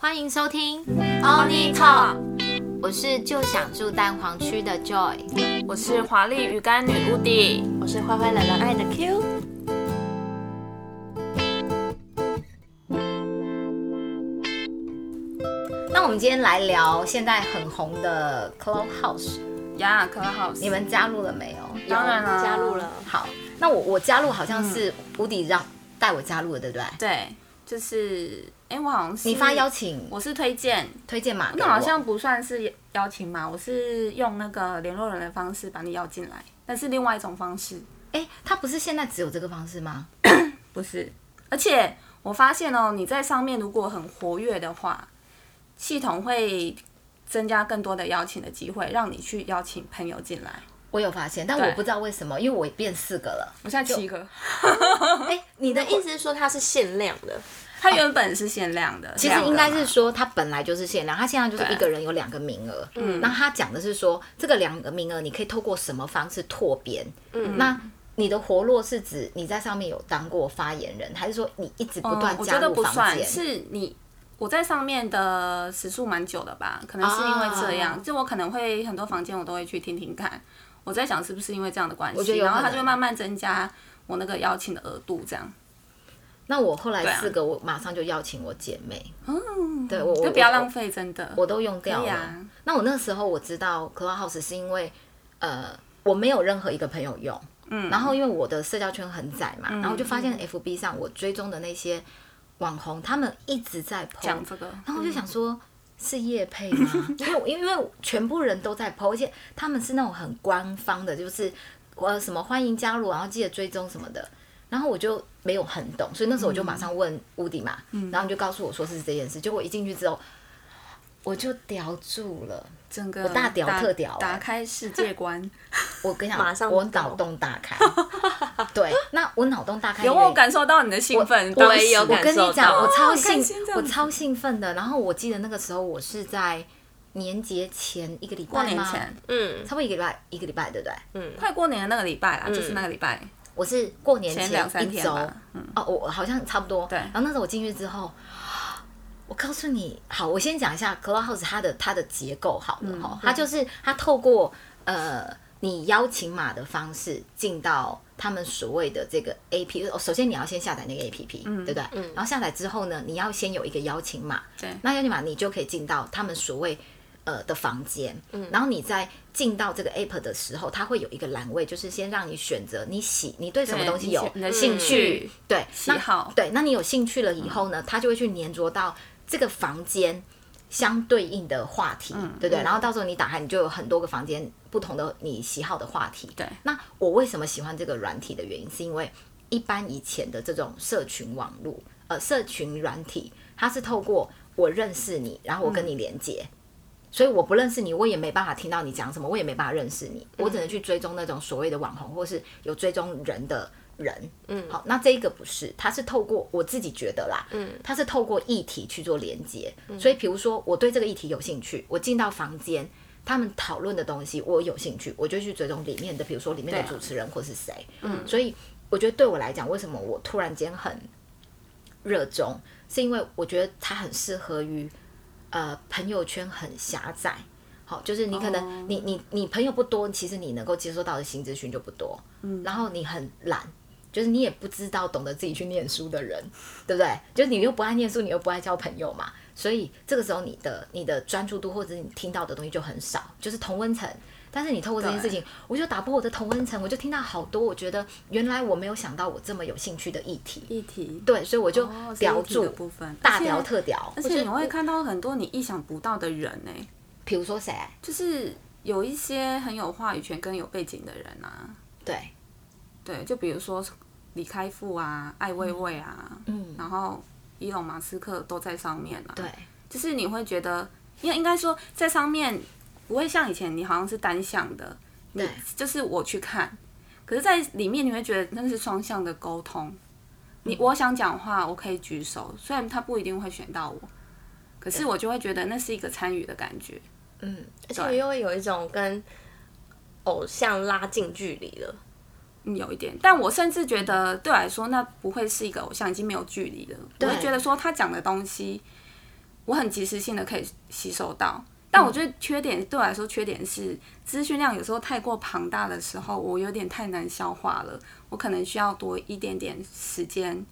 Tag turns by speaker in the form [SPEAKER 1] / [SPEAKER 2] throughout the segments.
[SPEAKER 1] 欢迎收听 Only Talk，我是就想住蛋黄区的 Joy。
[SPEAKER 2] 我是华丽鱼干女乌迪，
[SPEAKER 3] 我是坏坏懒懒爱的 Q。
[SPEAKER 1] 那我们今天来聊现在很红的 Clubhouse，
[SPEAKER 2] 雅可好，
[SPEAKER 1] 你们加入了没有？
[SPEAKER 2] 当然啦，
[SPEAKER 3] 加入了，
[SPEAKER 1] 好，那我我加入好像是无敌让带我加入的，对不对？
[SPEAKER 2] 对，就是哎、我好像是
[SPEAKER 1] 你发邀，请啊
[SPEAKER 2] 我是推荐，
[SPEAKER 1] 推荐码给
[SPEAKER 2] 那
[SPEAKER 1] 我，
[SPEAKER 2] 好像不算是邀请嘛，我是用那个联络人的方式把你邀进来，但是另外一种方式
[SPEAKER 1] 哎，他不是现在只有这个方式吗？
[SPEAKER 2] 不是，而且我发现哦、你在上面如果很活跃的话，系统会增加更多的邀请的机会，让你去邀请朋友进来。
[SPEAKER 1] 我有发现，但我
[SPEAKER 2] 对
[SPEAKER 1] 不知道为什么，因为我也变四个了。
[SPEAKER 2] 我现在七个，啊
[SPEAKER 1] 哎，你的意
[SPEAKER 3] 意思是说它是限量的，
[SPEAKER 2] 它原本是限量的，
[SPEAKER 1] 其实
[SPEAKER 2] 两个
[SPEAKER 1] 应该
[SPEAKER 2] 嘛
[SPEAKER 1] 是说，他本来就是限量，他现在就是
[SPEAKER 2] 对
[SPEAKER 1] 一个人有两个名额。嗯，那他讲的是说，这个两个名额你可以透过什么方式拓编？嗯，那你的活络是指你在上面有当过发言人，还是说你一直不断
[SPEAKER 2] 嗯我
[SPEAKER 1] 加
[SPEAKER 2] 觉得
[SPEAKER 1] 入
[SPEAKER 2] 不
[SPEAKER 1] 房
[SPEAKER 2] 算，
[SPEAKER 1] 间？
[SPEAKER 2] 是你我在上面的时数蛮久的吧，可能是因为这样，
[SPEAKER 1] 啊
[SPEAKER 2] 就我可能会很多房间我都会去听听看，我在想是不是因为这样的关
[SPEAKER 1] 我觉得
[SPEAKER 2] 系，
[SPEAKER 1] 有
[SPEAKER 2] 然后
[SPEAKER 1] 可
[SPEAKER 2] 它
[SPEAKER 1] 能
[SPEAKER 2] 就会慢慢增加我那个邀请的额度，这样
[SPEAKER 1] 那我后来
[SPEAKER 2] 对啊哦
[SPEAKER 1] 四个，我马上就邀请我姐妹。嗯，对我我
[SPEAKER 2] 就不要浪
[SPEAKER 1] 费，
[SPEAKER 2] 费，真的。
[SPEAKER 1] 我都用掉
[SPEAKER 2] 可以
[SPEAKER 1] 了。
[SPEAKER 2] 啊
[SPEAKER 1] 那我那时候我知道 Clubhouse 是因为，呃，我没有任何一个朋友用，嗯，然后因为我的社交圈很窄
[SPEAKER 2] 嗯
[SPEAKER 1] 嘛，然后就发现 FB 上我追踪的那些网红，他们一直在 PO，
[SPEAKER 2] 讲这个，
[SPEAKER 1] 然后我就想说。是叶配吗？因为因为全部人都在 PO，而且他们是那种很官方的，就是呃什么欢迎加入，然后记得追踪什么的。然后我就没有很懂，所以那时候我就马上问乌迪嘛，然后你就告诉我说是这件事。结果一进去之后，我就叼住了。
[SPEAKER 2] 整个
[SPEAKER 1] 我大屌
[SPEAKER 2] 打
[SPEAKER 1] 特屌欸
[SPEAKER 2] 打开 世界观，
[SPEAKER 1] 我跟你讲，
[SPEAKER 3] 马上
[SPEAKER 1] 我
[SPEAKER 3] 懂
[SPEAKER 1] 脑洞大开。对，那我脑洞大开，
[SPEAKER 2] 有
[SPEAKER 1] 因为
[SPEAKER 2] 我感受到你的兴奋，
[SPEAKER 1] 哎我
[SPEAKER 2] 当时
[SPEAKER 3] 也有
[SPEAKER 1] 我
[SPEAKER 3] 感
[SPEAKER 1] 跟
[SPEAKER 3] 受
[SPEAKER 1] 你讲，
[SPEAKER 3] 到
[SPEAKER 1] 我超
[SPEAKER 2] 哦开
[SPEAKER 1] 兴
[SPEAKER 2] 心这，样
[SPEAKER 1] 我
[SPEAKER 2] 子
[SPEAKER 1] 超兴奋的。然后我记得那个时候，我是在年节前一个礼拜
[SPEAKER 2] 过年
[SPEAKER 1] 吗
[SPEAKER 2] 前，
[SPEAKER 3] 嗯
[SPEAKER 1] 差不多一个礼拜，一个礼拜对不对？
[SPEAKER 2] 快过年的那个礼拜啦，就是那个礼拜
[SPEAKER 1] 我是过年嗯
[SPEAKER 2] 前
[SPEAKER 1] 前
[SPEAKER 2] 两
[SPEAKER 1] 一
[SPEAKER 2] 三天
[SPEAKER 1] 周，
[SPEAKER 2] 吧，嗯，
[SPEAKER 1] 哦，我我好像差不多。
[SPEAKER 2] 对
[SPEAKER 1] 然后那时候我进去之后，我告诉你，好，我先讲一下 Clubhouse 它的它的结构好
[SPEAKER 2] 嗯
[SPEAKER 1] 了哈、它就是它透过呃你邀请码的方式进到他们所谓的这个 A P P，、哦、首先你要先下载那个 A P P，、对
[SPEAKER 2] 嗯
[SPEAKER 1] 不对？然后下载之后呢，你要先有一个邀请码，
[SPEAKER 2] 对
[SPEAKER 1] 那邀请码你就可以进到他们所谓。呃的房间，
[SPEAKER 2] 嗯
[SPEAKER 1] 然后你在进到这个 app 的时候，它会有一个栏位，就是先让你选择你喜你对什么
[SPEAKER 2] 对
[SPEAKER 1] 东西
[SPEAKER 2] 你
[SPEAKER 1] 有
[SPEAKER 2] 喜你的
[SPEAKER 1] 兴
[SPEAKER 2] 兴
[SPEAKER 1] 趣
[SPEAKER 2] 趣，
[SPEAKER 1] 对
[SPEAKER 2] 喜
[SPEAKER 1] 那
[SPEAKER 2] 好嗯
[SPEAKER 1] 对，那你有兴趣了以后呢，他就会去粘着到这个房间相对应的话题，
[SPEAKER 2] 嗯
[SPEAKER 1] 对不对？然后到时候你打开，你就有很多个房间不同的你喜好的话题。
[SPEAKER 2] 对
[SPEAKER 1] 那我为什么喜欢这个软体的原因，是因为一般以前的这种社群网络，呃，社群软体，它是透过我认识你，然后我跟
[SPEAKER 2] 嗯
[SPEAKER 1] 你连接。所以我不认识你，我也没办法听到你讲什么，我也没办法认识你，我只
[SPEAKER 2] 嗯
[SPEAKER 1] 能去追踪那种所谓的网红或是有追踪人的人。嗯，好，那这一个不是，它是透过我自己觉得啦，嗯，它是透过议题去做连接。所以比如说我对这个议题有兴趣，我进到房间。他们讨论的东西，我有兴趣，我就去追踪里面的，比如说里面的
[SPEAKER 2] 对啊
[SPEAKER 1] 主持人或是谁。嗯，所以我觉得对我来讲，为什么我突然间很热衷，是因为我觉得它很适合于呃朋友圈很狭窄。好，就是你可能、你你你朋友不多，其实你能够接收到的新资讯就不多。嗯，然后你很懒，就是你也不知道懂得自己去念书的人，对不对？就是你又不爱念书，你又不爱交朋友嘛，所以这个时候你的你的专注度或者是你听到的东西就很少，就是同温层。但是你透过这件事情，我就打破我的同温层，我就听到好多我觉得原来我没有想到我这么有兴趣的议题。
[SPEAKER 2] 议题，
[SPEAKER 1] 对，所以我就
[SPEAKER 2] 哦是
[SPEAKER 1] 叼
[SPEAKER 2] 议题
[SPEAKER 1] 住、
[SPEAKER 2] 的部分
[SPEAKER 1] 大
[SPEAKER 2] 而且
[SPEAKER 1] 屌特屌。
[SPEAKER 2] 而
[SPEAKER 1] 我觉
[SPEAKER 2] 且
[SPEAKER 1] 得
[SPEAKER 2] 你会，看到很多你意想不到的人呢、
[SPEAKER 1] 比如说谁？
[SPEAKER 2] 就是有一些很有话语权跟有背景的人啊，
[SPEAKER 1] 对，
[SPEAKER 2] 对，就比如说李开复啊、艾未未啊，
[SPEAKER 1] 嗯
[SPEAKER 2] 然后伊隆马斯克都在上面啊，
[SPEAKER 1] 对，
[SPEAKER 2] 就是你会觉得，应该应该说在上面不会像以前你好像是单向的，你
[SPEAKER 1] 对
[SPEAKER 2] 就是我去看，可是，在里面你会觉得那是双向的沟通，你我想讲话，我可以举手，虽然他不一定会选到我，可是我就会觉得那是一个参与的感觉。
[SPEAKER 1] 嗯，
[SPEAKER 3] 而且又会有一种跟偶像拉近距离了。
[SPEAKER 2] 嗯有一点，但我甚至觉得对我来说，那不会是一个偶像，已经没有距离了。我
[SPEAKER 1] 对
[SPEAKER 2] 会觉得说他讲的东西，我很及时性的可以吸收到。但我觉得缺点对我来说，缺点是资讯量有时候太过庞大的时候，我有点太难消化了。我可能需要多一点点时间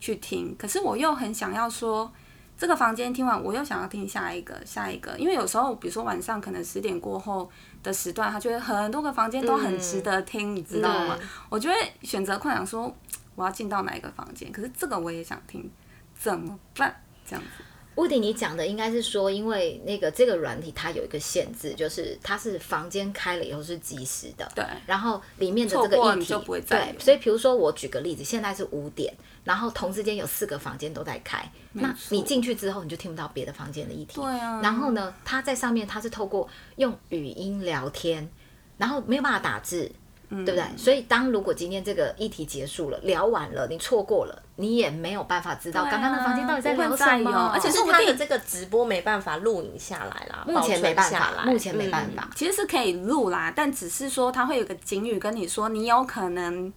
[SPEAKER 2] 去听，可是我又很想要说，这个房间听完，我又想要听下一个，下一个，因为有时候比如说晚上可能十点过后的时段，他觉得很多个房间都很值
[SPEAKER 1] 嗯
[SPEAKER 2] 得听，你知道吗？我就会选择困想说，我要进到哪一个房间？可是这个我也想听，怎么办？这样子，
[SPEAKER 1] 屋顶，你讲的应该是说，因为那个这个软体它有一个限制，就是它是房间开了以后是即时的，
[SPEAKER 2] 对
[SPEAKER 1] 然后里面的
[SPEAKER 2] 错
[SPEAKER 1] 这个
[SPEAKER 2] 过
[SPEAKER 1] 议
[SPEAKER 2] 你
[SPEAKER 1] 题
[SPEAKER 2] 就不会再
[SPEAKER 1] 对，
[SPEAKER 2] 有
[SPEAKER 1] 所以比如说我举个例子，现在是五点，然后同时间有四个房间都在开，那你进去之后你就听不到别的房间的议题，
[SPEAKER 2] 对啊
[SPEAKER 1] 然后呢，它在上面它是透过用语音聊天，然后没有办法打字。
[SPEAKER 2] 嗯
[SPEAKER 1] 对不对？所以当如果今天这个议题结束了，聊完了，你错过了，你也没有办法知道
[SPEAKER 2] 对啊
[SPEAKER 1] 刚刚的房间到底在聊
[SPEAKER 2] 不会
[SPEAKER 1] 什
[SPEAKER 2] 再
[SPEAKER 1] 么
[SPEAKER 2] 有，哦而且
[SPEAKER 3] 可
[SPEAKER 2] 是
[SPEAKER 3] 是他的这个直播没办法录影下来啦，
[SPEAKER 1] 目前没办
[SPEAKER 3] 保存下
[SPEAKER 1] 法，
[SPEAKER 3] 来
[SPEAKER 1] 目前没办法。
[SPEAKER 2] 其实是可以录啦，但只是说它会有个警语跟你说，你有可能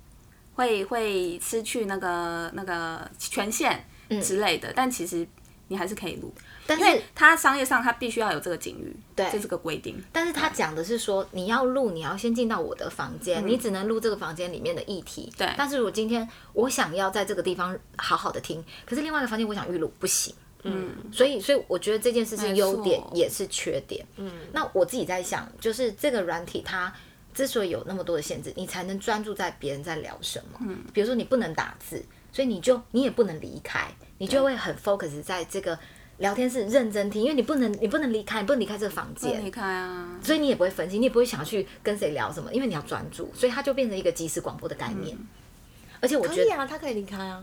[SPEAKER 2] 会会失去那个那个权限
[SPEAKER 1] 嗯
[SPEAKER 2] 之类的，但其实你还是可以录，
[SPEAKER 1] 但
[SPEAKER 2] 因为
[SPEAKER 1] 是，
[SPEAKER 2] 它商业上它必须要有这个警语，
[SPEAKER 1] 哎对嗯
[SPEAKER 2] 这是个规定。
[SPEAKER 1] 但是他讲的是说，你要录，你要先进到我的房间，你只能录这个房间里面的议题。
[SPEAKER 2] 嗯对
[SPEAKER 1] 但是如果今天我想要在这个地方好好的听，可是另外一个房间我想预录，不行。
[SPEAKER 2] 嗯，
[SPEAKER 1] 所以，所以我觉得这件事情
[SPEAKER 2] 没
[SPEAKER 1] 优
[SPEAKER 2] 错
[SPEAKER 1] 点也是缺点。嗯，那我自己在想，就是这个软体它之所以有那么多的限制，你才能专注在别人在聊什么。嗯，比如说你不能打字，所以你就你也不能离开，你就会很 focus 在这个聊天室认真听，因为你不能你不能离开，你不能离开这个房间
[SPEAKER 2] 你。看啊，
[SPEAKER 1] 所以你也不会分心，你也不会想要去跟谁聊什么，因为你要专注，所以它就变成一个即时广播的概念。
[SPEAKER 2] 嗯
[SPEAKER 1] 而且我
[SPEAKER 3] 可
[SPEAKER 1] 觉
[SPEAKER 3] 以
[SPEAKER 1] 得，
[SPEAKER 3] 啊，他可以离开啊。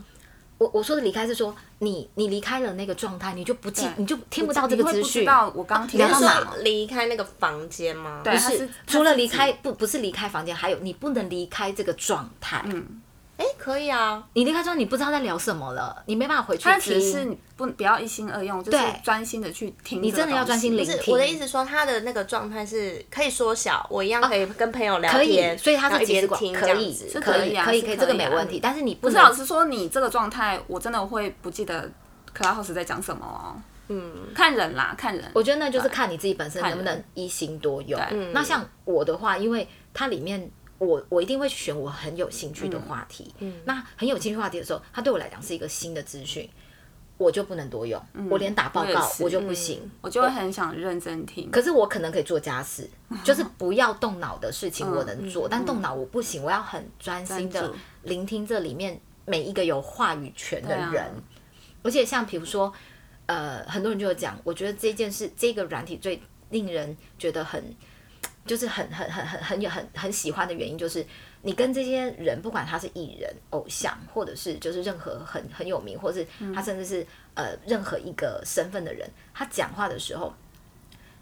[SPEAKER 1] 我我说的离开是说你你离开了那个状态，你就不记
[SPEAKER 2] 对，
[SPEAKER 1] 你就听不到这个
[SPEAKER 2] 你会
[SPEAKER 1] 资
[SPEAKER 2] 不知
[SPEAKER 1] 讯。
[SPEAKER 2] 道我刚听
[SPEAKER 1] 聊
[SPEAKER 2] 到
[SPEAKER 3] 你
[SPEAKER 1] 到哪
[SPEAKER 3] 是
[SPEAKER 2] 什
[SPEAKER 1] 了
[SPEAKER 2] 么
[SPEAKER 3] 说离开那个房间吗？
[SPEAKER 2] 对
[SPEAKER 1] 不
[SPEAKER 2] 它
[SPEAKER 1] 是
[SPEAKER 2] 是，
[SPEAKER 1] 除了
[SPEAKER 2] 它是
[SPEAKER 1] 离
[SPEAKER 2] 自己
[SPEAKER 1] 开不不是离开房间，还有你不能离开这个状态。
[SPEAKER 2] 嗯
[SPEAKER 3] 哎，可以啊。
[SPEAKER 1] 你离开之后，你不知道在聊什么了，你没办法回去
[SPEAKER 2] 它
[SPEAKER 1] 听。
[SPEAKER 2] 只是你不不要一心二用，就是
[SPEAKER 1] 对
[SPEAKER 2] 专心的去听
[SPEAKER 1] 你
[SPEAKER 2] 这个
[SPEAKER 1] 真的要
[SPEAKER 2] 东
[SPEAKER 1] 专心
[SPEAKER 2] 西
[SPEAKER 1] 聆
[SPEAKER 3] 不
[SPEAKER 1] 听
[SPEAKER 3] 是我的意思说，他的那个状态是可以缩小，我一样可以跟朋友聊
[SPEAKER 1] 可以，
[SPEAKER 3] 天，
[SPEAKER 1] 所以它
[SPEAKER 3] 然后
[SPEAKER 1] 是
[SPEAKER 3] 一
[SPEAKER 1] 即时
[SPEAKER 3] 边
[SPEAKER 1] 广，
[SPEAKER 3] 听
[SPEAKER 1] 可
[SPEAKER 3] 这样
[SPEAKER 1] 以
[SPEAKER 3] 子，
[SPEAKER 2] 是
[SPEAKER 1] 可
[SPEAKER 2] 可
[SPEAKER 1] 以
[SPEAKER 2] 以啊
[SPEAKER 1] 可以
[SPEAKER 2] 是
[SPEAKER 1] 可以，
[SPEAKER 2] 可
[SPEAKER 1] 这个
[SPEAKER 2] 以
[SPEAKER 1] 没
[SPEAKER 2] 啊
[SPEAKER 1] 问题。但是你不
[SPEAKER 2] 不是
[SPEAKER 1] 能
[SPEAKER 2] 老实说，你这个状态，我真的会不记得 Clubhouse 在讲什么哦。嗯，看人啦，看人。
[SPEAKER 1] 我觉得那就是看你自己本身能不
[SPEAKER 2] 看
[SPEAKER 1] 能
[SPEAKER 2] 人
[SPEAKER 1] 一心多用
[SPEAKER 2] 对。嗯
[SPEAKER 1] 那像我的话，因为它里面我我一定会去选我很有兴
[SPEAKER 2] 嗯
[SPEAKER 1] 趣的话题。那很有兴趣话题的时候，它对我来讲是一个新的资讯，我就不能多用，我连打报
[SPEAKER 2] 嗯我也
[SPEAKER 1] 告
[SPEAKER 2] 是嗯
[SPEAKER 1] 我就不行。
[SPEAKER 2] 我就会很想认真听。
[SPEAKER 1] 可是我可能可以做家事，就是不要动脑的事情我能做，但动脑我不行，我要很专心
[SPEAKER 2] 专
[SPEAKER 1] 的
[SPEAKER 2] 注
[SPEAKER 1] 聆听这里面每一个有话语权的
[SPEAKER 2] 啊
[SPEAKER 1] 人。而且像比如说，呃，很多人就有讲，我觉得这件事这个软体最令人觉得很。就是很很很很很有很很喜欢的原因，就是你跟这些人，不管他是艺人、偶像，或者是就是任何很很有名，或是他甚至是、呃任何一个身份的人，他讲话的时候，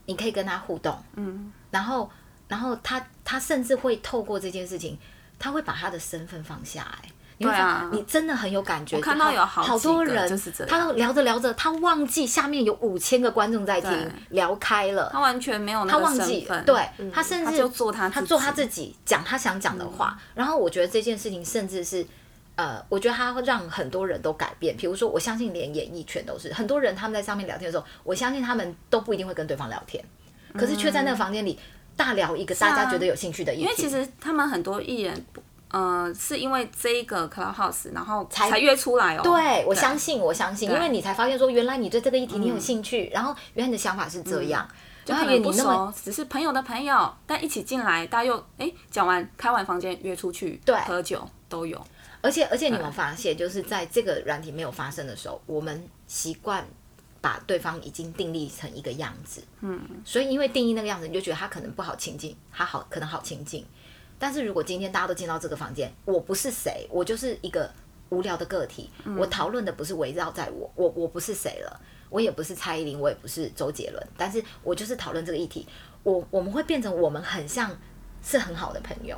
[SPEAKER 1] 你可以跟他互动，嗯，然后然后他他甚至会透过这件事情，他会把他的身份放下来。你会
[SPEAKER 2] 对啊
[SPEAKER 1] 发你真的很有感觉。
[SPEAKER 2] 我看到有
[SPEAKER 1] 好
[SPEAKER 2] 好
[SPEAKER 1] 好
[SPEAKER 2] 几
[SPEAKER 1] 多
[SPEAKER 2] 个
[SPEAKER 1] 人
[SPEAKER 2] 就是这样
[SPEAKER 1] 他聊着聊着，他忘记下面有五千个观众在听
[SPEAKER 2] 对，
[SPEAKER 1] 聊开了，
[SPEAKER 2] 他完全没有那
[SPEAKER 1] 他
[SPEAKER 2] 个
[SPEAKER 1] 忘
[SPEAKER 2] 身
[SPEAKER 1] 记
[SPEAKER 2] 份，，嗯
[SPEAKER 1] 对、他甚
[SPEAKER 2] 他
[SPEAKER 1] 至
[SPEAKER 2] 就做他
[SPEAKER 1] 他
[SPEAKER 2] 自
[SPEAKER 1] 做
[SPEAKER 2] 己嗯
[SPEAKER 1] 他自己讲他想讲的话、然后我觉得这件事情甚至是。呃，我觉得他会让很多人都改变。比如说，我相信连演艺圈都是很多人他们在上面聊天的时候，我相信他们都不一定会跟对方聊天，可是却在那个房间里大聊一个大家觉得有兴趣的议题。
[SPEAKER 2] 嗯啊因为其实他们很多艺人，呃，是因为这一个 Clubhouse，然后
[SPEAKER 1] 才
[SPEAKER 2] 才约出来哦。
[SPEAKER 1] 对，我相信，我相信，
[SPEAKER 2] 对嗯
[SPEAKER 1] 因为你才发现说，原来你对这个议题你有兴趣，然后原来你的想法是这样，然后
[SPEAKER 2] 可
[SPEAKER 1] 原来
[SPEAKER 2] 能
[SPEAKER 1] 你
[SPEAKER 2] 不
[SPEAKER 1] 那么
[SPEAKER 2] 熟，只是朋友的朋友，但一起进来，大家又哎讲完开完房间约出去，
[SPEAKER 1] 对
[SPEAKER 2] 喝酒都有。
[SPEAKER 1] 而且而且你有没有发现，就是在这个软体没有发生的时候，我们习惯把对方已经定义成一个样子，嗯，所以因为定义那个样子，你就觉得他可能不好亲近，他好可能好亲近。但是如果今天大家都进到这个房间，我不是谁，我就是一个无聊的个体，我讨论的不是围绕在我，我我不是谁了，我也不是蔡依林，我也不是周杰伦，但是我就是讨论这个议题，我我们会变成我们很像是很好的朋友。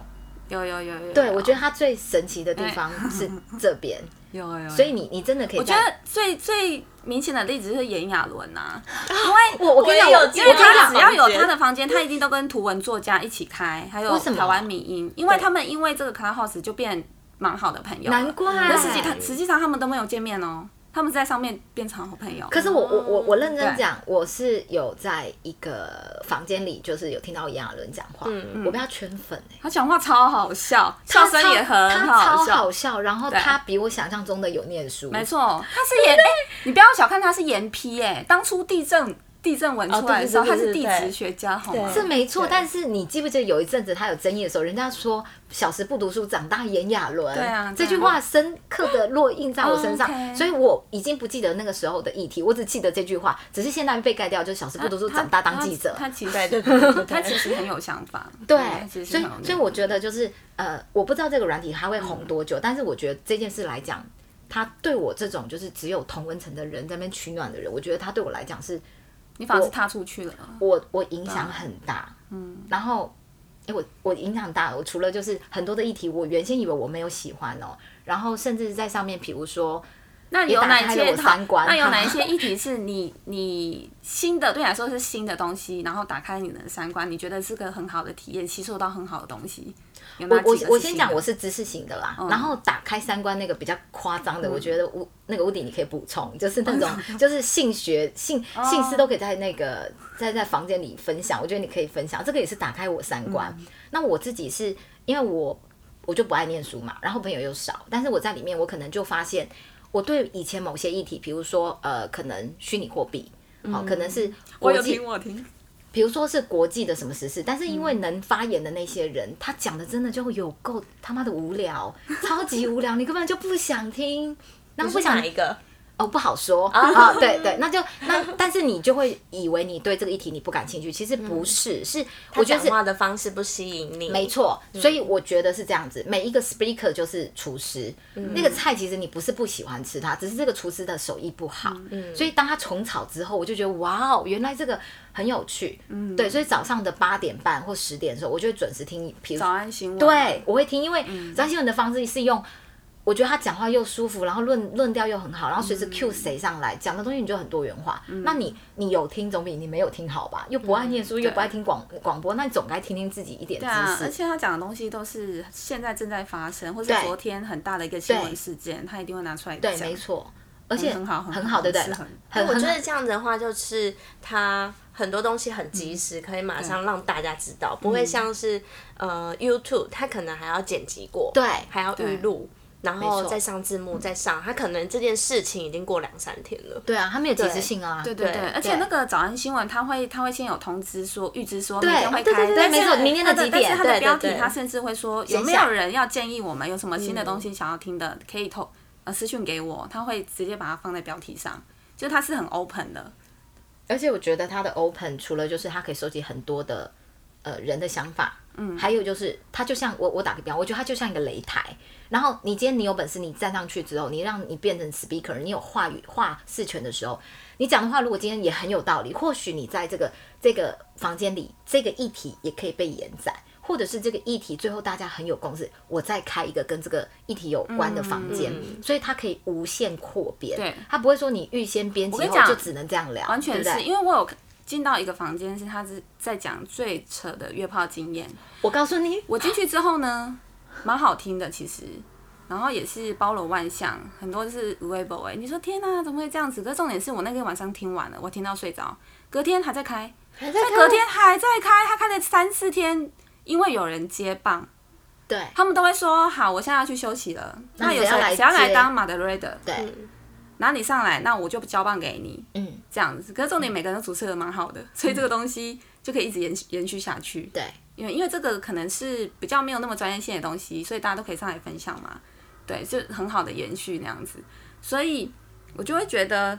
[SPEAKER 2] 有有有有有。
[SPEAKER 1] 对，我觉得它最神奇的地方是这 边，
[SPEAKER 2] 有有有。
[SPEAKER 1] 所以你你真的可以
[SPEAKER 2] 哎我
[SPEAKER 1] 在。
[SPEAKER 2] 觉得最最明显的例子就是炎亚纶啊呐，
[SPEAKER 1] 我我跟你讲，
[SPEAKER 3] 我也
[SPEAKER 1] 我
[SPEAKER 3] 有
[SPEAKER 1] 我
[SPEAKER 3] 这
[SPEAKER 2] 因为
[SPEAKER 1] 跟
[SPEAKER 3] 样
[SPEAKER 2] 他
[SPEAKER 1] 你
[SPEAKER 2] 只
[SPEAKER 1] 讲，
[SPEAKER 2] 要有他的房间，他一定都跟图文作家一起开，还有
[SPEAKER 1] 为什么
[SPEAKER 2] 台湾米音，因为他们因为这个 Clubhouse 就变蛮好的朋友了。
[SPEAKER 1] 难怪
[SPEAKER 2] 那实际他实际上他们都没有见面哦，他们在上面变成好朋友。
[SPEAKER 1] 可是我我我我认真
[SPEAKER 2] 对
[SPEAKER 1] 讲，我是有在一个房间里，就是有听到炎亚纶讲话，我被他圈粉哎、
[SPEAKER 2] 他讲话超好笑，嗯笑声也
[SPEAKER 1] 他
[SPEAKER 2] 很
[SPEAKER 1] 超他
[SPEAKER 2] 好
[SPEAKER 1] 超
[SPEAKER 2] 笑
[SPEAKER 1] 好。笑，然后
[SPEAKER 2] 对
[SPEAKER 1] 他比我想象中的有念书，
[SPEAKER 2] 没错，他是延，哎你不要小看他是延批哎，当初地震地震文出来的时候，
[SPEAKER 3] 哦
[SPEAKER 2] 他
[SPEAKER 3] 对
[SPEAKER 2] 是
[SPEAKER 3] 对对对
[SPEAKER 2] 地质学家，好吗
[SPEAKER 3] 对？
[SPEAKER 1] 是没错。
[SPEAKER 3] 对
[SPEAKER 1] 但是你记不记得有一阵子他有争议的时候，人家说小时不读书，长大炎亚纶，
[SPEAKER 2] 对啊
[SPEAKER 1] 这句话深刻的落印在我身上，
[SPEAKER 2] 哦，OK
[SPEAKER 1] 所以我已经不记得那个时候的议题，我只记得这句话，只是现在被盖掉，就是小时不读书，
[SPEAKER 2] 啊他
[SPEAKER 1] 长大当记者。
[SPEAKER 2] 他他其实
[SPEAKER 3] 对对对对对
[SPEAKER 2] 他其实很有想法，他
[SPEAKER 1] 对，
[SPEAKER 2] 其实
[SPEAKER 1] 所以
[SPEAKER 2] 很有
[SPEAKER 1] 所以我觉得就是呃，我不知道这个软体它会红多
[SPEAKER 2] 嗯
[SPEAKER 1] 久，但是我觉得这件事来讲，它对我这种就是只有同温层的人在那边取暖的人，我觉得它对我来讲是
[SPEAKER 2] 你反而是踏出去了，
[SPEAKER 1] 我我影响很大，嗯，然后哎、诶我我影响大，我除了就是很多的议题，我原先以为我没有喜欢哦，然后甚至在上面，比如说
[SPEAKER 2] 那有
[SPEAKER 1] 打
[SPEAKER 2] 哪
[SPEAKER 1] 开
[SPEAKER 2] 一
[SPEAKER 1] 了
[SPEAKER 2] 些
[SPEAKER 1] 我
[SPEAKER 2] 讨
[SPEAKER 1] 三观
[SPEAKER 2] 那有哪一些议题是你你新的对你来说是新的东西，然后打开你的三观，你觉得是个很好的体验，吸收到很好的东西？有
[SPEAKER 1] 我
[SPEAKER 2] 哪
[SPEAKER 1] 我
[SPEAKER 2] 几个
[SPEAKER 1] 我
[SPEAKER 2] 是
[SPEAKER 1] 先
[SPEAKER 2] 新
[SPEAKER 1] 讲
[SPEAKER 2] 的嗯
[SPEAKER 1] 我是知识型的啦，然后打开三观那个比较夸张的，我觉得屋那个屋顶你可以补充，就是那
[SPEAKER 2] 嗯
[SPEAKER 1] 种就是性学性
[SPEAKER 2] 哦
[SPEAKER 1] 性思都可以在那个在在房间里分享，我觉得你可以分享，这个也是打开我三观。
[SPEAKER 2] 嗯
[SPEAKER 1] 那我自己是因为我我就不爱念书嘛，然后朋友又少，但是我在里面我可能就发现我对以前某些议题，比如说呃可能虚拟货币，好、可能是
[SPEAKER 2] 嗯我
[SPEAKER 1] 国
[SPEAKER 2] 有
[SPEAKER 1] 际
[SPEAKER 2] 听我有听，
[SPEAKER 1] 比如说是国际的什么时事，但是因为
[SPEAKER 3] 嗯
[SPEAKER 1] 能发言的那些人，他讲的真的就有够他妈的无聊， 超级无聊，你根本就不想听，然后不
[SPEAKER 3] 是
[SPEAKER 1] 想
[SPEAKER 3] 哪一个？
[SPEAKER 1] 哦不好说啊、对对，那就那但是你就会以为你对这个议题你不感兴趣，其实不是，是我觉
[SPEAKER 3] 讲
[SPEAKER 1] 得是
[SPEAKER 3] 话的方式不吸引你，
[SPEAKER 1] 没错，
[SPEAKER 2] 嗯
[SPEAKER 1] 所以我觉得是这样子。每一个 speaker 就是厨师，
[SPEAKER 2] 嗯
[SPEAKER 1] 那个菜其实你不是不喜欢吃它，只是这个厨师的手艺不好。
[SPEAKER 2] 嗯
[SPEAKER 1] 所以当他重炒之后，我就觉得哇哦，原来这个很有趣。
[SPEAKER 2] 嗯
[SPEAKER 1] 对，所以早上的八点半或十点的时候，我就会准时听，比如
[SPEAKER 2] 早嗯安新闻，
[SPEAKER 1] 对，我会听，因为张新闻的方式是用，我觉得他讲话又舒服，然后论论调又很好，然后
[SPEAKER 2] 嗯
[SPEAKER 1] 随时 Q 谁上来讲的东西你就很多元化。那你你有听总比你没有听好吧？又不爱念书，又不爱听广广播，那你总该听听自己一点知
[SPEAKER 2] 嗯对啊，而
[SPEAKER 1] 识。
[SPEAKER 2] 且他讲的东西都是现在正在发生，或是
[SPEAKER 1] 对
[SPEAKER 2] 昨天很大的一个新
[SPEAKER 1] 对
[SPEAKER 2] 闻事件，他一定会拿出来
[SPEAKER 1] 对，
[SPEAKER 2] 讲，
[SPEAKER 1] 没错，而且
[SPEAKER 2] 嗯很好很好
[SPEAKER 1] 很好，对不
[SPEAKER 2] 是
[SPEAKER 1] 对
[SPEAKER 2] 很？
[SPEAKER 1] 很
[SPEAKER 3] 我
[SPEAKER 1] 很
[SPEAKER 3] 觉得这样子的话，就是它很多东西很及时，可以马上让大家知道，不会像是呃 YouTube，它可能还要剪辑过，
[SPEAKER 1] 嗯对
[SPEAKER 3] 还要预录，然
[SPEAKER 1] 没
[SPEAKER 3] 后
[SPEAKER 1] 错
[SPEAKER 3] 再上字幕，再上，它可能这件事情已经过两三天了。
[SPEAKER 1] 对啊，他没有及时性啊。
[SPEAKER 2] 对对对，
[SPEAKER 3] 对
[SPEAKER 2] 而且那个早安新闻，他会他会先有通知说预知说明
[SPEAKER 1] 对
[SPEAKER 2] 天会
[SPEAKER 1] 对
[SPEAKER 2] 开，
[SPEAKER 1] 对对
[SPEAKER 2] 但
[SPEAKER 1] 没
[SPEAKER 2] 是
[SPEAKER 1] 错明天的
[SPEAKER 2] 它
[SPEAKER 1] 几
[SPEAKER 2] 但
[SPEAKER 1] 点
[SPEAKER 2] 是他的
[SPEAKER 3] 对
[SPEAKER 2] 标
[SPEAKER 3] 对
[SPEAKER 2] 题
[SPEAKER 3] 对
[SPEAKER 2] 他甚至会说有没有人要建议我们有什么新的东西想要听的，可以投呃私讯给我，他会直接把它放在标题上，就他是很 open 的，
[SPEAKER 1] 而且我觉得它的 open 除了就是它可以收集很多的呃人的想法，嗯，还有就是它就像我我打个比方，我觉得它就像一个擂台。然后你今天你有本事，你站上去之后，你让你变成 speaker，你有话语话事权的时候，你讲的话如果今天也很有道理，或许你在这个这个房间里，这个议题也可以被延展。或者是这个议题最后大家很有共识，我再开一个跟这个议题有关的房间，所以它可以无限扩编。
[SPEAKER 2] 嗯对
[SPEAKER 1] 它不会说你预先编辑
[SPEAKER 2] 跟你
[SPEAKER 1] 后就
[SPEAKER 2] 讲
[SPEAKER 1] 只能这样聊，
[SPEAKER 2] 完全
[SPEAKER 1] 对不对
[SPEAKER 2] 是因为我有进到一个房间，是他是在讲最扯的约炮经验，
[SPEAKER 1] 我告诉你，
[SPEAKER 2] 我进去之后呢，蛮好听的其实，然后也是包罗万象，很多是 Weibo 哎，你说天哪、怎么会这样子？可是重点是我那个晚上听完了，我听到睡着，隔天还在开，
[SPEAKER 3] 还在
[SPEAKER 2] 他隔天还在开，他开了三四天，因为有人接棒，
[SPEAKER 1] 对
[SPEAKER 2] 他们都会说好，我现在要去休息了。
[SPEAKER 1] 那
[SPEAKER 2] 那
[SPEAKER 1] 谁
[SPEAKER 2] 有时候
[SPEAKER 1] 要来
[SPEAKER 2] 谁要来
[SPEAKER 1] 接
[SPEAKER 2] 当 moderator，
[SPEAKER 1] 对，
[SPEAKER 2] 然后你上来，那我就交棒给你，
[SPEAKER 1] 嗯，
[SPEAKER 2] 这样子。可是重点每个人都主持的蛮好的，所以这个东西就可以一直延续延续下去。
[SPEAKER 1] 对，
[SPEAKER 2] 因为因为这个可能是比较没有那么专业性的东西，所以大家都可以上来分享嘛，对，就很好的延续那样子。所以我就会觉得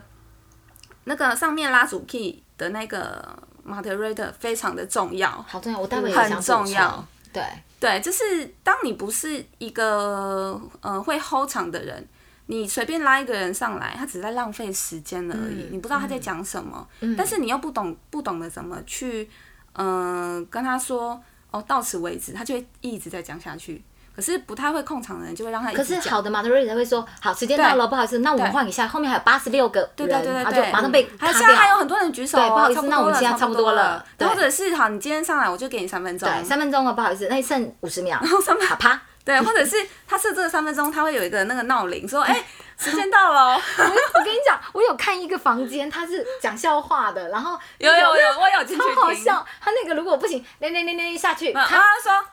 [SPEAKER 2] 那个上面拉主 key 的那个 moderator 非常的重要，
[SPEAKER 1] 好重要，我待会也想
[SPEAKER 2] 很
[SPEAKER 1] 补
[SPEAKER 2] 重
[SPEAKER 1] 充
[SPEAKER 2] 要。。
[SPEAKER 1] 对，
[SPEAKER 2] 对，就是当你不是一个呃会 hold 场的人，你随便拉一个人上来，他只是在浪费时间而已，
[SPEAKER 1] 嗯
[SPEAKER 2] 你不知道他在讲什么，但是你又不懂不懂得怎么去嗯、呃跟他说哦到此为止，他就会一直在讲下去。可是不太会控场的人就会让他一
[SPEAKER 1] 可是
[SPEAKER 2] 直讲
[SPEAKER 1] 好，的 moderator 会说，好，时间到了，不好意思，那我们
[SPEAKER 2] 对
[SPEAKER 1] 换一下，后面还有八十六个人，
[SPEAKER 2] 对对对
[SPEAKER 1] 啊
[SPEAKER 2] 对
[SPEAKER 1] 就
[SPEAKER 2] 对，
[SPEAKER 1] 马上被卡
[SPEAKER 2] 还有现在还有
[SPEAKER 1] 掉。
[SPEAKER 2] 很多人举手哦，
[SPEAKER 1] 对不好意思
[SPEAKER 2] 差多
[SPEAKER 1] 那我们
[SPEAKER 2] 了
[SPEAKER 1] 现在
[SPEAKER 2] 差
[SPEAKER 1] 差不多
[SPEAKER 2] 多
[SPEAKER 1] 了对
[SPEAKER 2] 或者是好，你今天上来我就给你三分钟，
[SPEAKER 1] 对，三分钟了，不好意思，那剩五十秒，
[SPEAKER 2] 三分
[SPEAKER 1] 啪啪，
[SPEAKER 2] 对，或者是他设这个三分钟，他会有一个那个闹铃，说，哎、时间到了哦，
[SPEAKER 1] 我跟你讲，我有看一个房间，它是讲笑话的，然后
[SPEAKER 2] 有有 有，我有进去
[SPEAKER 1] 超好
[SPEAKER 2] 听。嗯啊
[SPEAKER 1] 笑。他那个如果不行，零零零零下去，
[SPEAKER 2] 那
[SPEAKER 1] 他
[SPEAKER 2] 他说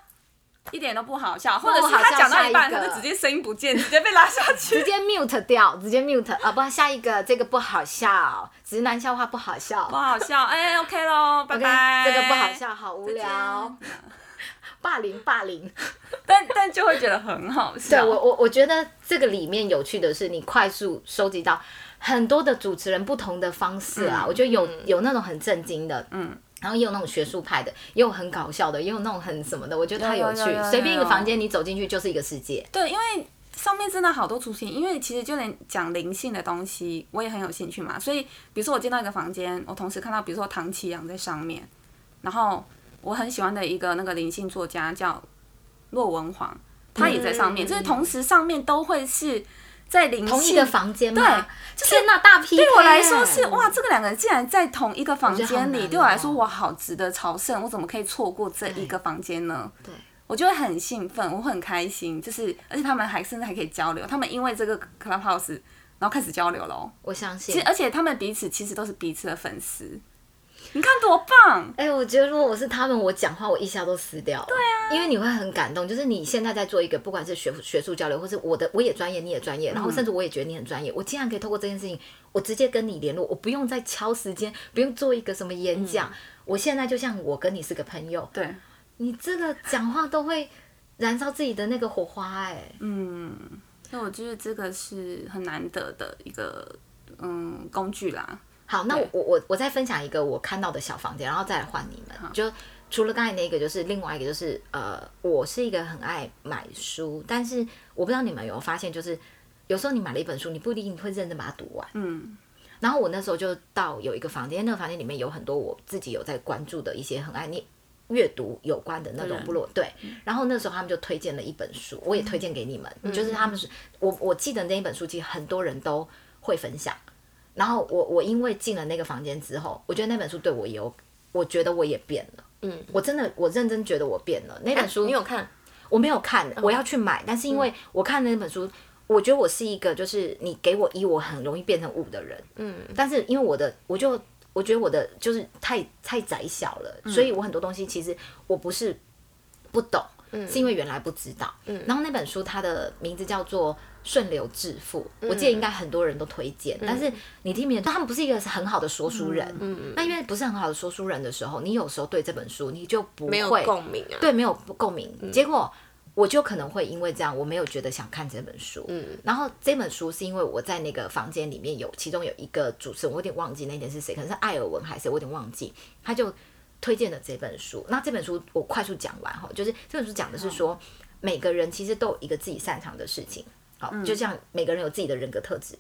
[SPEAKER 2] 一点都不好笑，或者是
[SPEAKER 1] 好
[SPEAKER 2] 他
[SPEAKER 1] 笑
[SPEAKER 2] 讲到一半，
[SPEAKER 1] 下一
[SPEAKER 2] 他
[SPEAKER 1] 个
[SPEAKER 2] 就直接声音不见，直接被拉下
[SPEAKER 1] 直
[SPEAKER 2] 去。
[SPEAKER 1] 接 mute 掉，直接 mute 啊！不，下一个这个不好笑，直男笑话不好笑
[SPEAKER 2] 不，好笑，哎、o k 咯， 拜
[SPEAKER 1] OK，
[SPEAKER 2] 拜。
[SPEAKER 1] 这个不好笑，好无聊，
[SPEAKER 2] 再见。
[SPEAKER 1] 霸凌霸凌。
[SPEAKER 2] 但但就会觉得很好 笑。
[SPEAKER 1] 对我我我觉得这个里面有趣的是，你快速收集到很多的主持人不同的方式
[SPEAKER 2] 嗯
[SPEAKER 1] 啊。我觉得有有那种很震惊的，嗯。然后也有那种学术派的，也有很搞笑的，也有那种很什么的，我觉得太
[SPEAKER 2] 有
[SPEAKER 1] 有
[SPEAKER 2] 有
[SPEAKER 1] 趣
[SPEAKER 2] 有有。有
[SPEAKER 1] 随便一个房间你走进去就是一个世界。
[SPEAKER 2] 对，因为上面真的好多主题，因为其实就连讲灵性的东西，我也很有兴趣嘛。所以，比如说我进到一个房间，我同时看到，比如说唐奇阳在上面，然后我很喜欢的一个那个灵性作家叫骆文煌，他也在上
[SPEAKER 1] 嗯
[SPEAKER 2] 面，就是同时上面都会是在灵性
[SPEAKER 1] 同一个房间吗？
[SPEAKER 2] 对，
[SPEAKER 1] 就是那大 P
[SPEAKER 2] 对我来说是哇，这个两个人竟然在同一个房
[SPEAKER 1] 啊我觉得好
[SPEAKER 2] 间
[SPEAKER 1] 难
[SPEAKER 2] 里，
[SPEAKER 1] 哦
[SPEAKER 2] 对我来说我好值得朝圣，我怎么可以错过这一个房间呢？
[SPEAKER 1] 对
[SPEAKER 2] 我就会很兴奋，我会很开心，就是而且他们还甚至还可以交流，他们因为这个 Clubhouse 然后开始交流喽。
[SPEAKER 1] 我相
[SPEAKER 2] 其
[SPEAKER 1] 信
[SPEAKER 2] 实。而且他们彼此其实都是彼此的粉丝，你看多棒！
[SPEAKER 1] 哎、我觉得如果我是他们，我讲话我一下都撕掉了。对啊，因为你会很感动，就是你现在在做一个，不管是学学术交流，或是我的我也专业，你也专业，然后甚至我也觉得你很专业，我竟然可以透过这件事情，我直接跟你联络，我不用再敲时间，不用做一个什么演讲，我现在就像我跟你是个朋友，
[SPEAKER 2] 对，
[SPEAKER 1] 你真的讲话都会燃烧自己的那个火花、哎，
[SPEAKER 2] 所以我觉得这个是很难得的一个嗯工具啦。
[SPEAKER 1] 好，那我我我我再分享一个我看到的小房间，然后再来换你们。就除了刚才那个，就是另外一个就是呃，我是一个很爱买书，但是我不知道你们有没有发现，就是有时候你买了一本书，你不一定会认真把它读完。
[SPEAKER 2] 嗯，
[SPEAKER 1] 然后我那时候就到有一个房间，那个房间里面有很多我自己有在关注的一些很爱你阅读有关的那种部
[SPEAKER 3] 嗯
[SPEAKER 1] 落对。然后那时候他们就推荐了一本书，我也推荐给你们，
[SPEAKER 3] 嗯
[SPEAKER 1] 就是他们是我我记得那一本书，其实很多人都会分享。然后我我因为进了那个房间之后，我觉得那本书对我有，我觉得我也变了。
[SPEAKER 3] 嗯，哎
[SPEAKER 1] 我真的我认真觉得我变了。那本书、
[SPEAKER 3] 你有看？
[SPEAKER 1] 我没有看，
[SPEAKER 3] 嗯
[SPEAKER 1] 我要去买，但是因为我看了那本书，我觉得我是一个就是你给我一，我很容易变成五的人。
[SPEAKER 3] 嗯，
[SPEAKER 1] 但是因为我的，我就我觉得我的就是太太窄小了，
[SPEAKER 3] 嗯
[SPEAKER 1] 所以我很多东西其实我不是不懂，
[SPEAKER 3] 嗯
[SPEAKER 1] 是因为原来不知道。然后那本书它的名字叫做《顺流致富》，
[SPEAKER 3] 嗯
[SPEAKER 1] 我记得应该很多人都推荐，但是你听别人，他们不是一个很好的说书人，
[SPEAKER 3] 嗯
[SPEAKER 1] 那因为不是很好的说书人的时候，你有时候对这本书你就不
[SPEAKER 3] 没有
[SPEAKER 1] 会
[SPEAKER 3] 共鸣啊。
[SPEAKER 1] 对，没有共鸣。结果我就可能会因为这样，我没有觉得想看这本书。然后这本书是因为我在那个房间里面有，其中有一个主持人，我有点忘记那天是谁，可能是艾尔文还是谁，我有点忘记，他就推荐了这本书。那这本书我快速讲完哈，就是这本书讲的是说，每个人其实都有一个自己擅长的事情，好，就像每个人有自己的人格特质。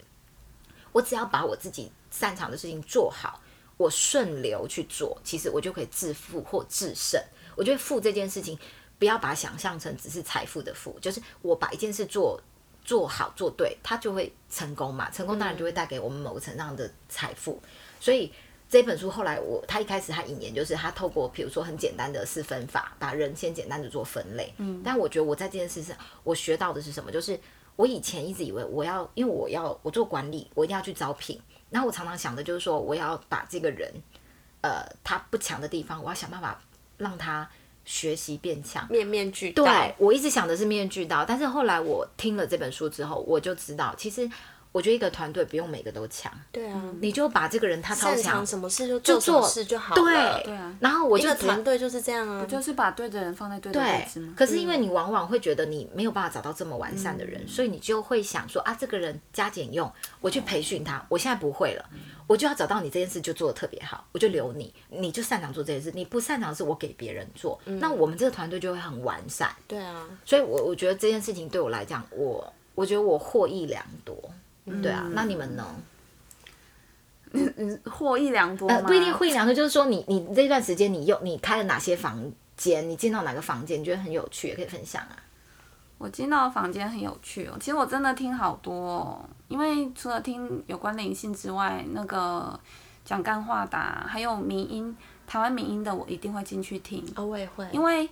[SPEAKER 1] 我只要把我自己擅长的事情做好，我顺流去做，其实我就可以致富或致胜。我觉得富这件事情，不要把它想象成只是财富的富，就是我把一件事做做好做对，它就会成功嘛。成功当然就会带给我们某个程度上的财富。所以这本书后来我他一开始他引言就是他透过比如说很简单的四分法，把人先简单的做分类。嗯，但我觉得我在这件事上我学到的是什么，就是我以前一直以为我要，因为我要我做管理，我一定要去招聘。然后我常常想的就是说，我要把这个人，呃，他不强的地方，我要想办法让他学习变强。
[SPEAKER 3] 面面俱到，
[SPEAKER 1] 对我一直想的是面面俱到，但是后来我听了这本书之后，我就知道，其实我觉得一个团队不用每个都强，
[SPEAKER 3] 对啊，
[SPEAKER 1] 你就把这个人他超
[SPEAKER 3] 擅
[SPEAKER 1] 强
[SPEAKER 3] 长，什么事就
[SPEAKER 1] 嗯就
[SPEAKER 3] 做什么
[SPEAKER 1] 做
[SPEAKER 3] 事就好了。
[SPEAKER 1] 对
[SPEAKER 2] 对啊
[SPEAKER 1] 然后我
[SPEAKER 3] 一
[SPEAKER 1] 就
[SPEAKER 3] 个
[SPEAKER 1] 团
[SPEAKER 3] 团队就是这样啊，
[SPEAKER 2] 就是把对的人放在对的位置
[SPEAKER 1] 对
[SPEAKER 2] 嘛，。
[SPEAKER 1] 可是因为你往往会觉得你没有办法找到这么完善的人，所以你就会想说啊，这个人加减用，我去培训他，我现在不会了，我就要找到你这件事就做的特别好，我就留你，你就擅长做这件事，你不擅长的是我给别人做，那我们这个团队就会很完善。
[SPEAKER 3] 对啊，
[SPEAKER 1] 所以我我觉得这件事情对我来讲，我我觉得我获益良多。对啊，那你们呢？
[SPEAKER 2] 嗯，获益良多
[SPEAKER 1] 呃，
[SPEAKER 2] 吗？
[SPEAKER 1] 不一定获益良多，就是说你你这段时间你用你开了哪些房间，你进到哪个房间，你觉得很有趣，也可以分享啊。
[SPEAKER 2] 我进到房间很有趣哦，其实我真的听好多、哦，因为除了听有关灵性之外，那个讲干话的啊，还有民音，台湾民音的我一定会进去听，
[SPEAKER 3] 哦，我也会，
[SPEAKER 2] 因为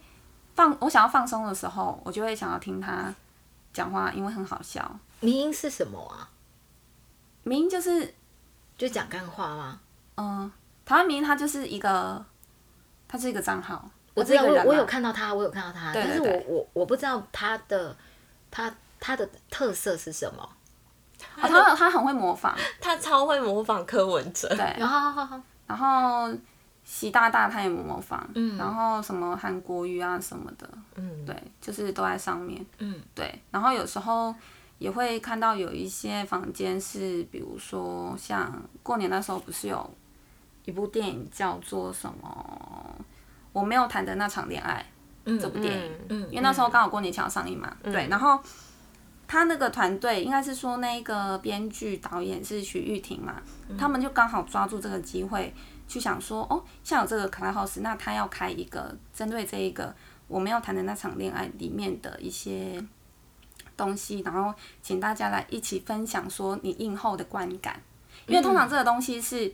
[SPEAKER 2] 放我想要放松的时候，我就会想要听他讲话，因为很好笑。
[SPEAKER 1] 迷音是什么啊？
[SPEAKER 2] 民营就是
[SPEAKER 1] 就讲干话吗？
[SPEAKER 2] 嗯，台湾民营它就是一个，它是一个账号，
[SPEAKER 1] 我
[SPEAKER 2] 我
[SPEAKER 1] 知
[SPEAKER 2] 这
[SPEAKER 1] 道，
[SPEAKER 2] 个人
[SPEAKER 1] 我我
[SPEAKER 2] 啊
[SPEAKER 1] 有看到他，我有看到他，
[SPEAKER 2] 对对
[SPEAKER 1] 但是
[SPEAKER 2] 对
[SPEAKER 1] 我我我不知道他的他他的特色是什么。
[SPEAKER 2] 哦，他他很会模仿，
[SPEAKER 3] 他超会模仿柯文哲，
[SPEAKER 2] 对，
[SPEAKER 1] 然后，好好好
[SPEAKER 2] 然后习大大他也模仿，
[SPEAKER 1] 嗯
[SPEAKER 2] 然后什么韩国瑜啊什么的，
[SPEAKER 3] 嗯，
[SPEAKER 2] 对，就是都在上面，
[SPEAKER 1] 嗯，
[SPEAKER 2] 对，然后有时候也会看到有一些房间是，比如说像过年那时候不是有一部电影叫做什么？我没有谈的那场恋爱，
[SPEAKER 1] 嗯
[SPEAKER 2] 这部电影，
[SPEAKER 3] 嗯
[SPEAKER 1] 嗯，
[SPEAKER 2] 因为那时候刚好过年前要上映嘛，对，然后。他那个团队应该是说那个编剧导演是徐玉婷嘛，
[SPEAKER 1] 嗯
[SPEAKER 2] 他们就刚好抓住这个机会去想说，哦，像有这个 Clubhouse，那他要开一个针对这一个我们要谈的那场恋爱里面的一些东西，然后请大家来一起分享说你映后的观感，
[SPEAKER 1] 嗯
[SPEAKER 2] 因为通常这个东西是，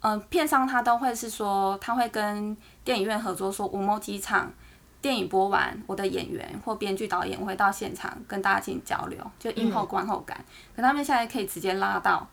[SPEAKER 2] 嗯、呃，片商他都会是说他会跟电影院合作说，我某几场。电影播完，我的演员或编剧、导演会到现场跟大家进行交流，就映后观后感。可他们现在可以直接拉到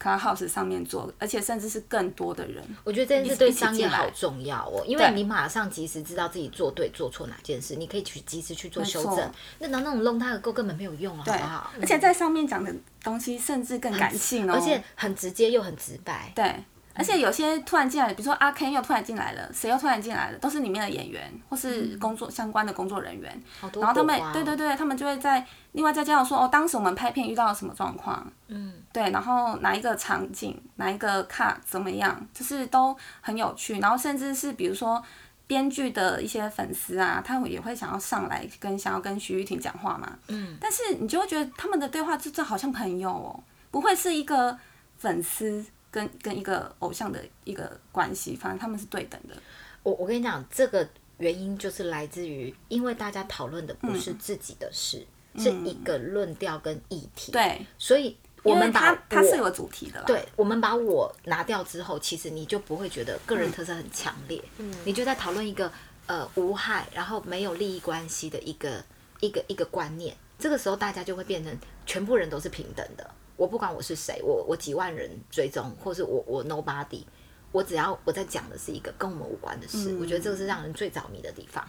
[SPEAKER 2] Clubhouse 上面做，而且甚至是更多的人。
[SPEAKER 1] 我觉得这件
[SPEAKER 2] 一
[SPEAKER 1] 事
[SPEAKER 2] 起
[SPEAKER 1] 对
[SPEAKER 2] 一起
[SPEAKER 1] 商业
[SPEAKER 2] 进来
[SPEAKER 1] 好重要哦，因为你马上及时知道自己做对做错哪件事，你可以去及时去做修
[SPEAKER 2] 没
[SPEAKER 1] 正
[SPEAKER 2] 错。
[SPEAKER 1] 那拿那种弄他的够根本没有用，好不
[SPEAKER 2] 对
[SPEAKER 1] 好？，
[SPEAKER 2] 而且在上面讲的东西甚至更感性哦，
[SPEAKER 1] 而且很直接又很直白。
[SPEAKER 2] 对，而且有些突然进来的，比如说阿 Ken 又突然进来了，谁又突然进来了，都是里面的演员
[SPEAKER 1] 嗯
[SPEAKER 2] 或是工作相关的工作人员，
[SPEAKER 1] 好多
[SPEAKER 2] 然后他们
[SPEAKER 1] 火花哦
[SPEAKER 2] 对对对，他们就会在另外再加上说哦，当时我们拍片遇到了什么状况，
[SPEAKER 1] 嗯，
[SPEAKER 2] 对，然后哪一个场景，哪一个卡怎么样，就是都很有趣，然后甚至是比如说。编剧的一些粉丝啊，他也会想要上来跟想要跟徐玉婷讲话嘛，嗯，但是你就会觉得他们的对话就就好像朋友哦，不会是一个粉丝跟跟一个偶像的一个关系，反正他们是对等的，
[SPEAKER 1] 我我跟你讲，这个原因就是来自于，因为大家讨论的不
[SPEAKER 2] 嗯
[SPEAKER 1] 是自己的事，是一个论调跟议题。，
[SPEAKER 2] 对，
[SPEAKER 1] 所以我
[SPEAKER 2] 因
[SPEAKER 1] 们
[SPEAKER 2] 为
[SPEAKER 1] 把
[SPEAKER 2] 他他是
[SPEAKER 1] 我
[SPEAKER 2] 有主题的啦，
[SPEAKER 1] 对，我们把我拿掉之后，其实你就不会觉得个人特色很强烈，
[SPEAKER 2] 嗯
[SPEAKER 1] 你就在讨论一个呃无害，然后没有利益关系的一个一个一个观念。这个时候大家就会变成全部人都是平等的。我不管我是谁，我我几万人追踪，或是我我 nobody，我只要我在讲的是一个跟我们无关的
[SPEAKER 2] 嗯
[SPEAKER 1] 事，我觉得这个是让人最着迷的地方。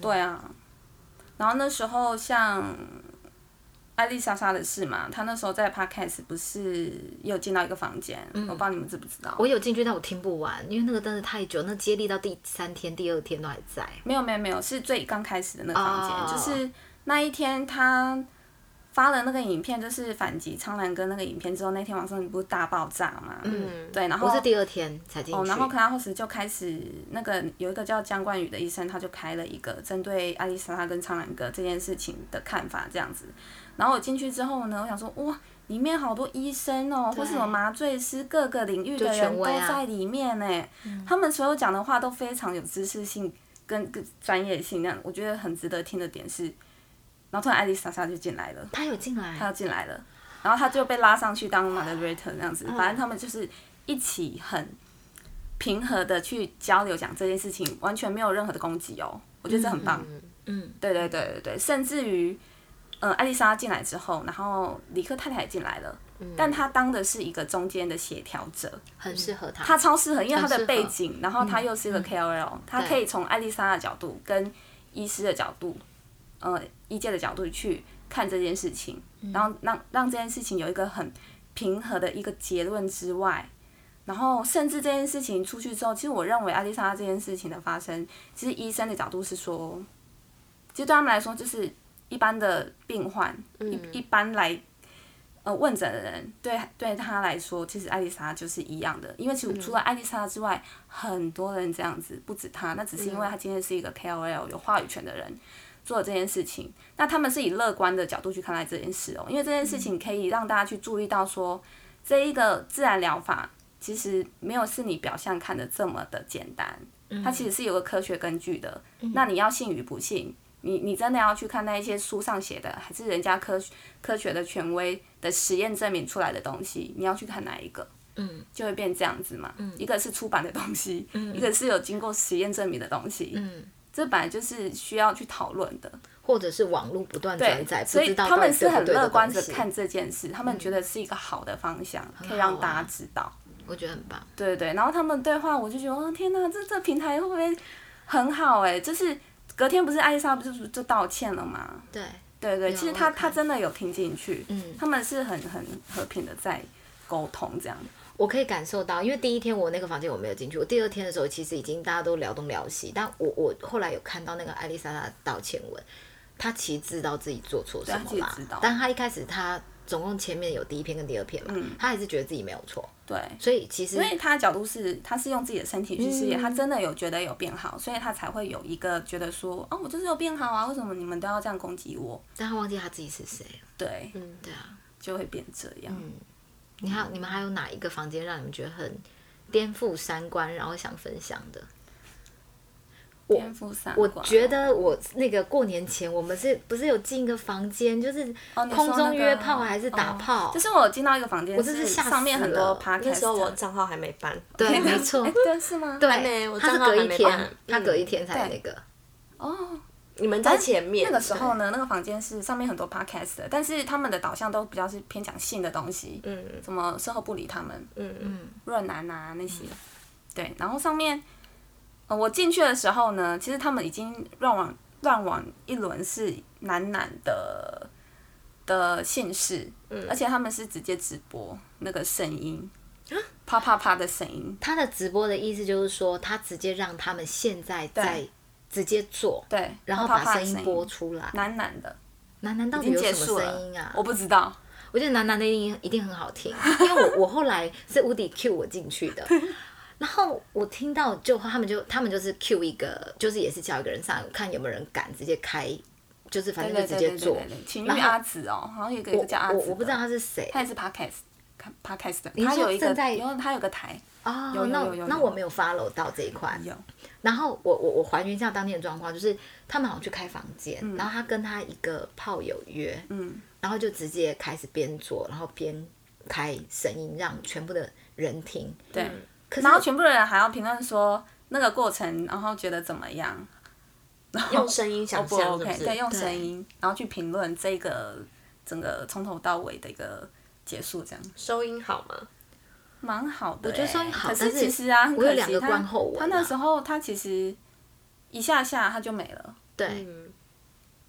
[SPEAKER 2] 对啊，然后那时候像艾丽莎莎的事嘛，她那时候在 podcast 不是也有进到一个房间，我不知道你们知不知道。
[SPEAKER 1] 嗯我有进去，但我听不完，因为那个真的太久，那接力到第三天、第二天都还在。
[SPEAKER 2] 没有没有没有，是最刚开始的那个房间
[SPEAKER 1] 哦
[SPEAKER 2] 就是那一天她发了那个影片，就是反击苍兰哥那个影片之后，那天晚上不是大爆炸嘛？嗯，对，然后
[SPEAKER 1] 我是第二天才进去，
[SPEAKER 2] 哦，然后 Clubhouse 就开始那个有一个叫江冠宇的医生，他就开了一个针对艾丽莎莎跟苍兰哥这件事情的看法这样子。然后我进去之后呢，我想说哇，里面好多医生
[SPEAKER 1] 啊
[SPEAKER 2] 哦，或是什么麻醉师，各个领域的
[SPEAKER 1] 就权
[SPEAKER 2] 人
[SPEAKER 1] 威
[SPEAKER 2] 都
[SPEAKER 1] 啊
[SPEAKER 2] 在里面呢、他们所有讲的话都非常有知识性跟跟专业性，那样我觉得很值得听的点是，然后突然艾丽莎莎就进来了。
[SPEAKER 1] 他有进来，
[SPEAKER 2] 他要进来了，然后他就被拉上去当 moderator 那样子，
[SPEAKER 1] 嗯
[SPEAKER 2] 反正他们就是一起很平和的去交流讲这件事情，完全没有任何的攻击哦，我觉得这很棒。
[SPEAKER 1] 嗯，
[SPEAKER 2] 对对对对对，甚至于，呃，艾丽莎进来之后，然后李克太太也进来了，
[SPEAKER 1] 嗯
[SPEAKER 2] 但她当的是一个中间的协调者，
[SPEAKER 1] 很适合他。
[SPEAKER 2] 她超适合，因为她
[SPEAKER 1] 很适
[SPEAKER 2] 的
[SPEAKER 1] 合
[SPEAKER 2] 背景，然后她又是一个 KOL，、她可以从艾丽莎的角度跟医师的角度，呃，医界的角度去看这件事情，然后让让这件事情有一个很平和的一个结论之外，然后甚至这件事情出去之后，其实我认为艾丽莎这件事情的发生，其实医生的角度是说，其实对他们来说就是一般的病患，一一般来。呃，问诊的人对对他来说，其实艾丽莎就是一样的，因为其实除了艾丽莎之外，很多人这样子，不止她，那只是因为她今天是一个 KOL 有话语权的人，做这件事情，那他们是以乐观的角度去看待这件事哦，因为这件事情可以让大家去注意到说，这一个自然疗法其实没有是你表象看的这么的简单，它其实是有个科学根据的。那你要信与不信，你你真的要去看那一些书上写的，还是人家科科学的权威的实验证明出来的东西，你要去看哪一个？嗯，就会变这样子嘛。嗯，一个是出版的东西，一个是有经过实验证明的东西。嗯，这本来就是需要去讨论的。
[SPEAKER 1] 或者是网络不断转
[SPEAKER 2] 对
[SPEAKER 1] 载，，不
[SPEAKER 2] 所以
[SPEAKER 1] 知道
[SPEAKER 2] 他
[SPEAKER 1] 到底对
[SPEAKER 2] 们是
[SPEAKER 1] 不
[SPEAKER 2] 很
[SPEAKER 1] 对的
[SPEAKER 2] 乐观
[SPEAKER 1] 东
[SPEAKER 2] 的
[SPEAKER 1] 西嗯
[SPEAKER 2] 看这件事，他们觉得是一个好的方向，
[SPEAKER 1] 啊
[SPEAKER 2] 可以让大家知道。
[SPEAKER 1] 我觉得很棒。
[SPEAKER 2] 对对对，然后他们对话，我就觉得，哦天哪，这这平台会不会很好哎、就是隔天不是艾莎不是就道歉了吗？
[SPEAKER 1] 对，
[SPEAKER 2] 对对，
[SPEAKER 1] 有
[SPEAKER 2] 其实
[SPEAKER 1] 我
[SPEAKER 2] 他
[SPEAKER 1] 有
[SPEAKER 2] 他
[SPEAKER 1] 看
[SPEAKER 2] 真的有听进去，
[SPEAKER 1] 嗯
[SPEAKER 2] 他们是很很和平的在沟通这样。
[SPEAKER 1] 我可以感受到，因为第一天我那个房间我没有进去，我第二天的时候其实已经大家都聊东聊西，但我我后来有看到那个艾丽莎莎的道歉文，她其实知道自己做错什么
[SPEAKER 2] 对她
[SPEAKER 1] 啦
[SPEAKER 2] 自己知道，
[SPEAKER 1] 但她一开始她总共前面有第一篇跟第二篇嘛，
[SPEAKER 2] 嗯
[SPEAKER 1] 她还是觉得自己没有错，
[SPEAKER 2] 对，
[SPEAKER 1] 所以其实
[SPEAKER 2] 所以他的角度是，他是用自己的身体去试验，
[SPEAKER 1] 嗯
[SPEAKER 2] 他真的有觉得有变好，所以他才会有一个觉得说，哦，我就是有变好啊，为什么你们都要这样攻击我？
[SPEAKER 1] 但她忘记她自己是谁了，
[SPEAKER 2] 对，
[SPEAKER 1] 对啊，
[SPEAKER 2] 就会变这样。
[SPEAKER 1] 嗯你还有你们还有哪一个房间让你们觉得很颠覆三观，然后想分享的？我
[SPEAKER 2] 天赋三
[SPEAKER 1] 我
[SPEAKER 2] 观
[SPEAKER 1] 觉得我那个过年前，我们是不是有进一个房间，就是
[SPEAKER 2] 哦你说
[SPEAKER 1] 空
[SPEAKER 2] 那
[SPEAKER 1] 中
[SPEAKER 2] 个
[SPEAKER 1] 约炮还是打炮？
[SPEAKER 2] 哦就是我有进到一个房间，
[SPEAKER 1] 我真是吓死
[SPEAKER 2] 上面很多
[SPEAKER 1] 了
[SPEAKER 2] podcast，
[SPEAKER 3] 那时候我账号还没办，
[SPEAKER 1] 对，没错
[SPEAKER 2] 哎，，对，是吗？
[SPEAKER 1] 对，
[SPEAKER 3] 还没我
[SPEAKER 1] 他是
[SPEAKER 3] 账号
[SPEAKER 1] 隔
[SPEAKER 3] 还
[SPEAKER 1] 一
[SPEAKER 3] 没办
[SPEAKER 1] 天
[SPEAKER 3] 嗯，
[SPEAKER 1] 他隔一天才那个，
[SPEAKER 2] 哦，
[SPEAKER 3] 你们在前面
[SPEAKER 2] 那个时候呢，那个房间是上面很多 podcast 的，但是他们的导向都比较是偏讲性的东西，
[SPEAKER 3] 嗯
[SPEAKER 2] 什么售后不理他们，
[SPEAKER 3] 嗯嗯，
[SPEAKER 2] 润南啊那些，对，然后上面，呃，我进去的时候呢，其实他们已经乱网乱网一轮是男男的的姓氏，
[SPEAKER 1] 嗯
[SPEAKER 2] 而且他们是直接直播那个声音，
[SPEAKER 1] 啊
[SPEAKER 2] 啪啪啪的声音，
[SPEAKER 1] 他的直播的意思就是说，他直接让他们现在在直接做，
[SPEAKER 2] 对，
[SPEAKER 1] 然后
[SPEAKER 2] 啪
[SPEAKER 1] 把
[SPEAKER 2] 啪啪
[SPEAKER 1] 声
[SPEAKER 2] 的
[SPEAKER 1] 音
[SPEAKER 2] 音
[SPEAKER 1] 播，出来。
[SPEAKER 2] 男男的
[SPEAKER 1] 楠楠到
[SPEAKER 2] 已
[SPEAKER 1] 底
[SPEAKER 2] 经
[SPEAKER 1] 有
[SPEAKER 2] 结
[SPEAKER 1] 什
[SPEAKER 2] 束
[SPEAKER 1] 么
[SPEAKER 2] 了
[SPEAKER 1] 声音啊？
[SPEAKER 2] 我不知道，
[SPEAKER 1] 我觉得楠楠的音一定很好听，因为我我后来是无敌 Q 我进去的，然后我听到就他们就他们就是 Q 一个，就是也是叫一个人上来看有没有人敢直接开，就是反
[SPEAKER 2] 对
[SPEAKER 1] 正
[SPEAKER 2] 对
[SPEAKER 1] 就直
[SPEAKER 2] 对
[SPEAKER 1] 接
[SPEAKER 2] 对对
[SPEAKER 1] 做
[SPEAKER 2] 对。对，情欲
[SPEAKER 1] 然后
[SPEAKER 2] 阿紫哦，好像有一个有一
[SPEAKER 1] 我
[SPEAKER 2] 个叫阿紫
[SPEAKER 1] 我
[SPEAKER 2] 的，
[SPEAKER 1] 我不知道他是谁
[SPEAKER 2] 他也是 podcast。看 podcast 的，
[SPEAKER 1] 是
[SPEAKER 2] 他有一
[SPEAKER 1] 正
[SPEAKER 2] 个，
[SPEAKER 1] 在
[SPEAKER 2] 有他有个台，
[SPEAKER 1] 哦
[SPEAKER 2] 有有
[SPEAKER 1] 那
[SPEAKER 2] 有有有
[SPEAKER 1] 那我没有 follow 到这一块。
[SPEAKER 2] 有
[SPEAKER 1] 然后我我我还原一下当天的状况，就是他们好像去开房间，然后他跟他一个炮友约，
[SPEAKER 2] 嗯，
[SPEAKER 1] 然后就直接开始边做，然后边开声音让全部的人听。
[SPEAKER 2] 对，
[SPEAKER 1] 可是
[SPEAKER 2] 然后全部人还要评论说那个过程，然后觉得怎么样
[SPEAKER 3] 用声音
[SPEAKER 2] ，O
[SPEAKER 3] 想
[SPEAKER 2] 哦不哦
[SPEAKER 3] 象是
[SPEAKER 2] OK？
[SPEAKER 3] 不是？
[SPEAKER 2] 对，用
[SPEAKER 1] 对
[SPEAKER 2] 声音，然后去评论这个整个从头到尾的一个结束，这样
[SPEAKER 3] 收音好吗？
[SPEAKER 2] 蛮好的欸。我
[SPEAKER 1] 觉得收音好
[SPEAKER 2] 可
[SPEAKER 1] 但
[SPEAKER 2] 是
[SPEAKER 1] 是
[SPEAKER 2] 其实啊，很
[SPEAKER 1] 我有
[SPEAKER 2] 可惜
[SPEAKER 1] 两个
[SPEAKER 2] 他
[SPEAKER 1] 观后文
[SPEAKER 2] 他那
[SPEAKER 1] 啊
[SPEAKER 2] 时候他其实一下下他就没了，
[SPEAKER 1] 对，
[SPEAKER 3] 嗯，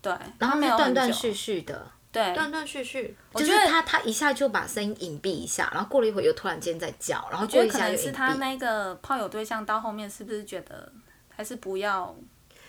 [SPEAKER 2] 对，
[SPEAKER 1] 然后
[SPEAKER 2] 他没
[SPEAKER 1] 是
[SPEAKER 2] 有
[SPEAKER 1] 断
[SPEAKER 2] 很
[SPEAKER 1] 断
[SPEAKER 2] 久
[SPEAKER 1] 续，续的，
[SPEAKER 2] 对，
[SPEAKER 3] 断断续续，
[SPEAKER 1] 就是
[SPEAKER 2] 觉得
[SPEAKER 1] 他他一下就把声音隐蔽一下，然后过了一会儿又突然间在叫，然后
[SPEAKER 2] 觉
[SPEAKER 1] 过
[SPEAKER 2] 得
[SPEAKER 1] 一
[SPEAKER 2] 可
[SPEAKER 1] 下
[SPEAKER 2] 能
[SPEAKER 1] 又隐
[SPEAKER 2] 是他
[SPEAKER 1] 蔽。
[SPEAKER 2] 那个炮友对象到后面是不是觉得还是不
[SPEAKER 1] 啊
[SPEAKER 2] 要？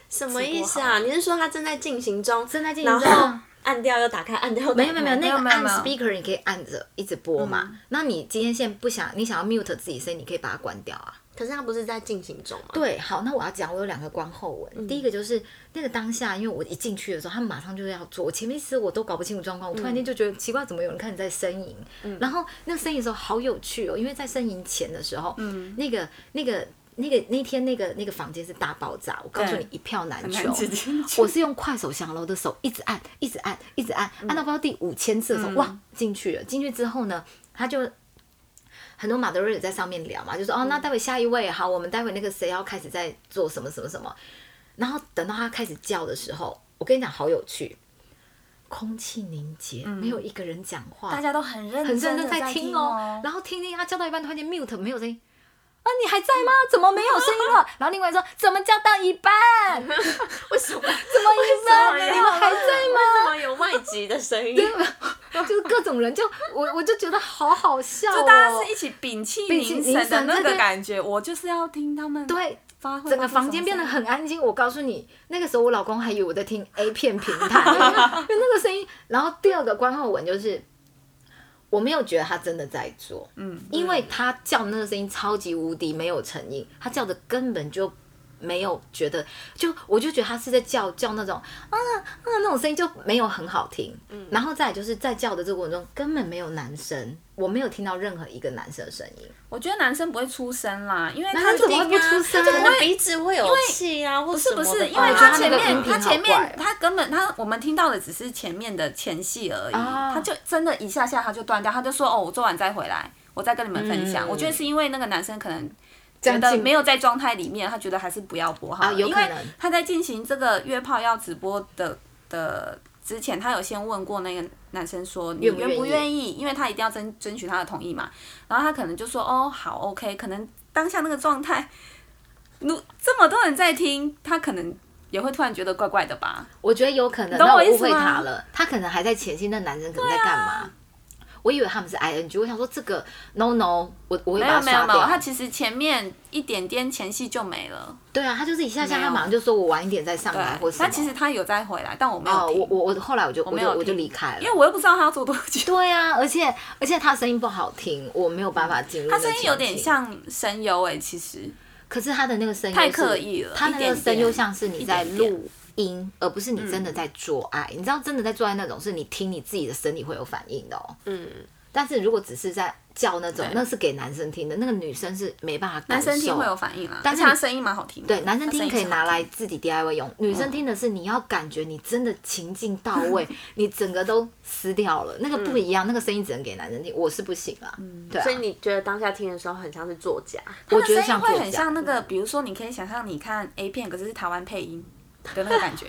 [SPEAKER 3] 什么意思
[SPEAKER 2] 直播
[SPEAKER 3] 啊？
[SPEAKER 2] 好
[SPEAKER 3] 你是说他正在进行中，
[SPEAKER 1] 正在进行
[SPEAKER 3] 然
[SPEAKER 1] 中
[SPEAKER 3] 后按掉又打开，按掉又打开
[SPEAKER 1] 没有没有没有，那
[SPEAKER 2] 没有
[SPEAKER 1] 个
[SPEAKER 2] 没有
[SPEAKER 1] 按
[SPEAKER 2] 没有
[SPEAKER 1] speaker 你可以按着一直播嘛。那你今天现在不想，你想要 mute 自己声音，你可以把它关掉啊。
[SPEAKER 3] 可是他不是在进行中吗？，
[SPEAKER 1] 对，好，那我要讲，我有两个观后文。
[SPEAKER 2] 嗯
[SPEAKER 1] 第一个就是那个当下，因为我一进去的时候，他们马上就要做，我前面其实我都搞不清楚状
[SPEAKER 2] 嗯
[SPEAKER 1] 况，我突然间就觉得奇怪，怎么有人看你在呻吟？然后那个呻吟的时候好有趣哦，因为在呻吟前的时候，
[SPEAKER 2] 嗯
[SPEAKER 1] 那个那个那个那天那个那个房间是大爆炸，我告诉
[SPEAKER 2] 对
[SPEAKER 1] 你一票难
[SPEAKER 2] 很难
[SPEAKER 1] 求，
[SPEAKER 2] 挤进去
[SPEAKER 1] 我是用快手降楼的手一直按，一直按，一直按，按
[SPEAKER 2] 嗯
[SPEAKER 1] 到不知道第五千次的时候，哇，进去了。进去之后呢，他就很多马德瑞也在上面聊嘛，就说哦，那待会下一位，好，我们待会那个谁要开始在做什么什么什么。然后等到他开始叫的时候，我跟你讲，好有趣，空气凝结，没有一个人讲话，
[SPEAKER 2] 嗯大家都很认
[SPEAKER 1] 很认
[SPEAKER 2] 真
[SPEAKER 1] 真
[SPEAKER 2] 的
[SPEAKER 1] 在
[SPEAKER 2] 听
[SPEAKER 1] 听哦。然后听听他叫到一半，突然间 mute 没有声音。啊，你还在吗？怎么没有声音了？然后另外说，怎么叫到一半？
[SPEAKER 3] 为什
[SPEAKER 1] 怎
[SPEAKER 3] 么？
[SPEAKER 1] 么一半？
[SPEAKER 3] 为什么
[SPEAKER 1] 你们还在吗？
[SPEAKER 3] 为什么有外籍的声音？
[SPEAKER 1] 就是各种人就，我我就觉得好好笑、哦，
[SPEAKER 2] 就大家是一起屏气
[SPEAKER 1] 屏气
[SPEAKER 2] 凝
[SPEAKER 1] 凝
[SPEAKER 2] 神的
[SPEAKER 1] 神
[SPEAKER 2] 那
[SPEAKER 1] 对
[SPEAKER 2] 个
[SPEAKER 1] 对
[SPEAKER 2] 感觉，我就是要听他们
[SPEAKER 1] 对。
[SPEAKER 2] 发挥，
[SPEAKER 1] 整个房间变得很安静，我告诉你，那个时候我老公还以为我在听 A 片平台， 因为因为那个声音。然后第二个观后文就是，我没有觉得他真的在做，嗯，因为他叫的那个声音超级无敌没有诚意，他叫的根本就没有觉得，就我就觉得他是在叫叫那种啊啊那种声音就没有很好听，嗯，然后再来就是在叫的这个过程中根本没有男生，我没有听到任何一个男生的声音，
[SPEAKER 2] 我觉得男生不会出声啦，因为
[SPEAKER 1] 男
[SPEAKER 2] 他
[SPEAKER 1] 生怎么
[SPEAKER 2] 就
[SPEAKER 1] 会不出声
[SPEAKER 3] 他可能鼻子会有气啊，或
[SPEAKER 2] 不是不
[SPEAKER 3] 什么
[SPEAKER 2] 是，
[SPEAKER 3] 的
[SPEAKER 2] 因为
[SPEAKER 1] 哦
[SPEAKER 2] 他
[SPEAKER 1] 他
[SPEAKER 2] 前
[SPEAKER 1] 那个音
[SPEAKER 2] 面
[SPEAKER 1] 频
[SPEAKER 2] 他前
[SPEAKER 1] 好怪
[SPEAKER 2] 面他根本他我们听到的只是前面的前戏而已，
[SPEAKER 1] 啊
[SPEAKER 2] 他就真的一下下他就断掉，他就说哦我做完再回来，我再跟你们分享。
[SPEAKER 3] 嗯
[SPEAKER 2] 我觉得是因为那个男生可能觉得
[SPEAKER 1] 进
[SPEAKER 2] 没有在状态里面，他觉得还是不要播好了、
[SPEAKER 1] 啊有
[SPEAKER 2] 因
[SPEAKER 1] 可
[SPEAKER 2] 为
[SPEAKER 1] 能
[SPEAKER 2] 他在进行这个约炮要直播的的之前，他有先问过那个男生说你
[SPEAKER 1] 愿不
[SPEAKER 2] 愿不
[SPEAKER 1] 愿意
[SPEAKER 2] 愿意，因为他一定要征争取他的同意嘛。然后他可能就说哦好 OK，可能当下那个状态， 如这么多人在听，他可能也会突然觉得怪怪的吧。
[SPEAKER 1] 我觉得有可能，
[SPEAKER 2] 懂
[SPEAKER 1] 那
[SPEAKER 2] 我
[SPEAKER 1] 我
[SPEAKER 2] 意
[SPEAKER 1] 误
[SPEAKER 2] 思
[SPEAKER 1] 会
[SPEAKER 2] 吗啊
[SPEAKER 1] 他了，他可能还在前戏，那男生可能在干嘛？我以为他们是 ing，我想说这个 no no，我我会
[SPEAKER 2] 没
[SPEAKER 1] 把
[SPEAKER 2] 有
[SPEAKER 1] 它
[SPEAKER 2] 没有
[SPEAKER 1] 刷
[SPEAKER 2] 没有，
[SPEAKER 1] 掉。
[SPEAKER 2] 他其实前面一点点前戏就没了。
[SPEAKER 1] 对啊，他就是一下下，
[SPEAKER 2] 没
[SPEAKER 1] 他
[SPEAKER 2] 有
[SPEAKER 1] 马上就说我晚一点再上
[SPEAKER 2] 对
[SPEAKER 1] 来，啊或，什么。
[SPEAKER 2] 但其实他有再回来，但我没有
[SPEAKER 1] 哦，
[SPEAKER 2] 听，
[SPEAKER 1] 我我我后来我就我
[SPEAKER 2] 没
[SPEAKER 1] 就
[SPEAKER 2] 有
[SPEAKER 1] 我就
[SPEAKER 2] 听
[SPEAKER 1] 离开
[SPEAKER 2] 因
[SPEAKER 1] 了
[SPEAKER 2] 为。我又不知道他要做多久。
[SPEAKER 1] 对啊，而且而且他声音不好听，我没有办法进入。
[SPEAKER 2] 嗯他声音有点，像声优哎，其实
[SPEAKER 1] 可是他的那个声优
[SPEAKER 2] 太
[SPEAKER 1] 是
[SPEAKER 2] 刻意了
[SPEAKER 1] 他
[SPEAKER 2] 一
[SPEAKER 1] 的那
[SPEAKER 2] 点
[SPEAKER 1] 个声
[SPEAKER 2] 点
[SPEAKER 1] 优像是你在
[SPEAKER 2] 一点点嗯
[SPEAKER 1] 录音，而不是你真的在做爱。你知道，真的在做爱那种是你听你自己的身体会有反应的哦。
[SPEAKER 3] 嗯，
[SPEAKER 1] 但是如果只是在叫那种
[SPEAKER 2] 对，
[SPEAKER 1] 那是给男生听的，那个女生是没办法感
[SPEAKER 2] 男
[SPEAKER 1] 受。
[SPEAKER 2] 生听会有反应啊，
[SPEAKER 1] 但
[SPEAKER 2] 但
[SPEAKER 1] 是
[SPEAKER 2] 是他声音蛮好听的。
[SPEAKER 1] 对，男生听可以拿
[SPEAKER 2] 他声
[SPEAKER 1] 来
[SPEAKER 2] 音嗯
[SPEAKER 1] 自己 DIY 用，女生听的是你要感觉你真的情境到 位，你整个都撕掉了，那个不一
[SPEAKER 2] 嗯
[SPEAKER 1] 样，那个声音只能给男生听，我是不行啊。对
[SPEAKER 3] 所以
[SPEAKER 1] 啊，
[SPEAKER 3] 你觉得当下听的时候很像是作家，
[SPEAKER 1] 我
[SPEAKER 2] 好
[SPEAKER 1] 觉
[SPEAKER 2] 听，
[SPEAKER 1] 得
[SPEAKER 2] 他
[SPEAKER 1] 像
[SPEAKER 2] 声音会
[SPEAKER 1] 作
[SPEAKER 2] 很
[SPEAKER 1] 家
[SPEAKER 2] 嗯像那个，比如说你可以想象你看 A 片，可是是台湾配音的那个 感觉，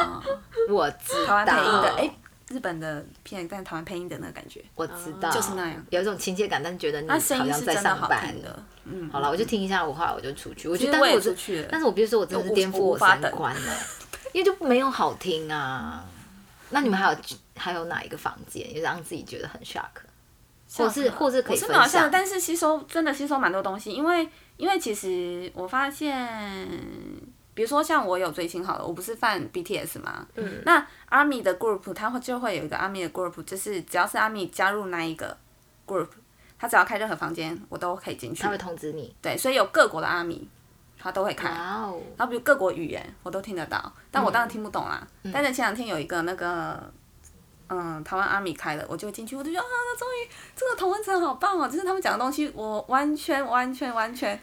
[SPEAKER 2] 嗯，
[SPEAKER 1] 我知
[SPEAKER 2] 台湾配音的
[SPEAKER 1] 道，
[SPEAKER 2] 哎，日本的片，但台湾配音的那个感觉，
[SPEAKER 1] 我知道，
[SPEAKER 2] 哦就是那样
[SPEAKER 1] 有一种亲切感，但是觉得你
[SPEAKER 2] 他
[SPEAKER 1] 好
[SPEAKER 2] 声音
[SPEAKER 1] 像
[SPEAKER 2] 是
[SPEAKER 1] 在
[SPEAKER 2] 真的
[SPEAKER 1] 上
[SPEAKER 2] 好
[SPEAKER 1] 班
[SPEAKER 2] 听。的，嗯，
[SPEAKER 1] 好了，我就听一下，我后来我就出去。我觉
[SPEAKER 2] 其
[SPEAKER 1] 得，
[SPEAKER 2] 实
[SPEAKER 1] 但
[SPEAKER 2] 我
[SPEAKER 1] 是
[SPEAKER 2] 也
[SPEAKER 1] 我
[SPEAKER 2] 出
[SPEAKER 1] 是，
[SPEAKER 2] 去了，
[SPEAKER 1] 但是我必须说，我真的是
[SPEAKER 2] 我
[SPEAKER 1] 颠覆
[SPEAKER 2] 我
[SPEAKER 1] 我
[SPEAKER 2] 无法
[SPEAKER 1] 三
[SPEAKER 2] 等
[SPEAKER 1] 观了，因为就没有好听啊。那你们还有还有哪一个房间，也让自己觉得很 shock？或是或是可以
[SPEAKER 2] 我是
[SPEAKER 1] 分
[SPEAKER 2] 没有
[SPEAKER 1] 享
[SPEAKER 2] 像，但是吸收真的吸收蛮多东西，因为因为其实我发现，比如说像我有追星好了，我不是犯 BTS 嘛，嗯，那 ARMY 的 group 它会就会有一个 ARMY 的 group，就是只要是 ARMY 加入那一个 group，他只要开任何房间，我都可以进去
[SPEAKER 1] 他，会通知你。
[SPEAKER 2] 对，所以有各国的 ARMY 他都会开，
[SPEAKER 1] 哇哦，
[SPEAKER 2] 然后比如各国语言我都听得到，但
[SPEAKER 1] 嗯
[SPEAKER 2] 我当然听不懂啦。但是前两天有一个那个，嗯，台湾阿米开了，我就进去，我就觉得啊，终于这个同温层好棒哦！就是他们讲的东西，我完全完全完全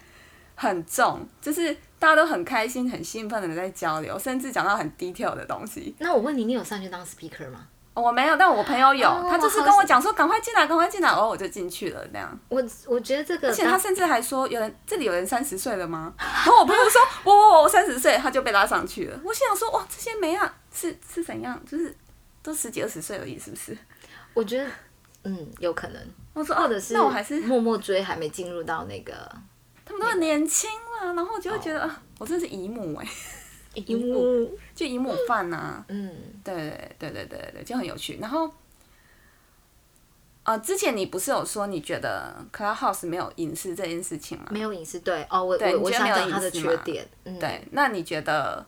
[SPEAKER 2] 很重，就是大家都很开心、很兴奋的在交流，甚至讲到很 detail 的东西。
[SPEAKER 1] 那我问你，你有上去当 speaker 吗？
[SPEAKER 2] 哦我没有，但我朋友有，
[SPEAKER 1] 哦
[SPEAKER 2] 他就是
[SPEAKER 1] 好
[SPEAKER 2] 跟我讲说赶快进来，赶快进来，然后我就进去了那样。
[SPEAKER 1] 我我觉得这个
[SPEAKER 2] 而
[SPEAKER 1] 当，
[SPEAKER 2] 且他甚至还说有人这里有人三十岁了吗？然后我朋友说我我我三十岁，他就被拉上去了。我心想说哇，这些没啊是是怎样？就是都十几二十岁而已，是不是？
[SPEAKER 1] 我觉得嗯，有可能，
[SPEAKER 2] 我说
[SPEAKER 1] 或
[SPEAKER 2] 哦
[SPEAKER 1] 者，是
[SPEAKER 2] 那我还是
[SPEAKER 1] 默默追，还没进入到那个
[SPEAKER 2] 他们都很年轻啦，然后我
[SPEAKER 1] 哦
[SPEAKER 2] 就会觉得啊，我真的是姨母哎、
[SPEAKER 1] 荧
[SPEAKER 2] 幕就姨母饭呐、啊。
[SPEAKER 1] 嗯，
[SPEAKER 2] 对对对对对对，就很有趣。然后，呃，之前你不是有说你觉得 Clubhouse 没有隐私这件事情吗？
[SPEAKER 1] 没有隐私对哦，我
[SPEAKER 2] 对
[SPEAKER 1] 我
[SPEAKER 2] 你
[SPEAKER 1] 我
[SPEAKER 2] 觉
[SPEAKER 1] 想
[SPEAKER 2] 得没有
[SPEAKER 1] 讲他的
[SPEAKER 2] 隐私嘛
[SPEAKER 1] 缺点，嗯，
[SPEAKER 2] 对，那你觉得，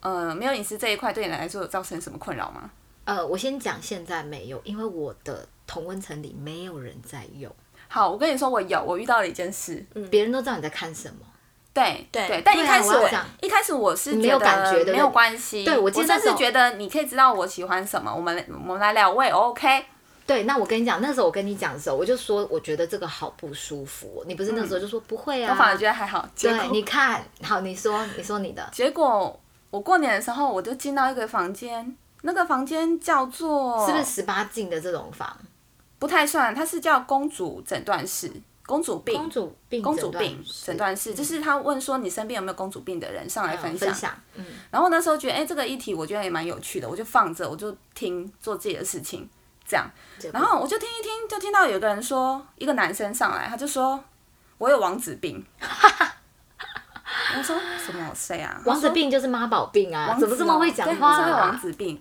[SPEAKER 2] 呃，没有隐私这一块对你来说有造成什么困扰吗？
[SPEAKER 1] 呃，我先讲现在没有，因为我的同温层里没有人在用，
[SPEAKER 2] 好，我跟你说，我有，我遇到了一件事，
[SPEAKER 1] 别人都知道你在看什么。
[SPEAKER 2] 对
[SPEAKER 3] 对
[SPEAKER 2] 对，但一
[SPEAKER 1] 嗯对啊
[SPEAKER 2] 开始
[SPEAKER 1] 我要
[SPEAKER 2] 我
[SPEAKER 1] 讲
[SPEAKER 2] 一开始我是
[SPEAKER 1] 你没有
[SPEAKER 2] 得
[SPEAKER 1] 感觉对不对
[SPEAKER 2] 没有关系，
[SPEAKER 1] 对我
[SPEAKER 2] 我
[SPEAKER 1] 记得
[SPEAKER 2] 甚
[SPEAKER 1] 那时
[SPEAKER 2] 至
[SPEAKER 1] 候
[SPEAKER 2] 觉得你可以知道我喜欢什么，我们我们来聊，我也 OK，
[SPEAKER 1] 对，那我跟你讲，那时候我跟你讲的时候，我就说我觉得这个好不舒服哦。你不是那时候就说不会啊？
[SPEAKER 2] 嗯我反而觉得还好。结
[SPEAKER 1] 对，
[SPEAKER 2] 果
[SPEAKER 1] 你看好，你说你说你的
[SPEAKER 2] 结果我过年的时候我就进到一个房间，那个房间叫做
[SPEAKER 1] 是不是十八禁的这种房？
[SPEAKER 2] 不太算，它是叫公主诊断室，公主病。
[SPEAKER 1] 公主病
[SPEAKER 2] 公
[SPEAKER 1] 诊断室，
[SPEAKER 2] 主病诊断室，就是他问说你身边有没有公主病的人上来
[SPEAKER 1] 嗯
[SPEAKER 2] 分享。
[SPEAKER 1] 分享，嗯，
[SPEAKER 2] 然后那时候觉得，哎、这个议题我觉得也蛮有趣的，我就放着，我就听做自己的事情，这样。
[SPEAKER 1] 结果
[SPEAKER 2] 然后我就听一听，就听到有一个人说，一个男生上来，他就说我有王子病。 我说什么谁啊？
[SPEAKER 1] 王子
[SPEAKER 2] 他说
[SPEAKER 1] 病就是妈宝病啊，
[SPEAKER 2] 王
[SPEAKER 1] 怎么
[SPEAKER 2] 子
[SPEAKER 1] 这么
[SPEAKER 2] 哦
[SPEAKER 1] 会讲
[SPEAKER 2] 对
[SPEAKER 1] 话
[SPEAKER 2] 我说有王
[SPEAKER 1] 啊？
[SPEAKER 2] 子病，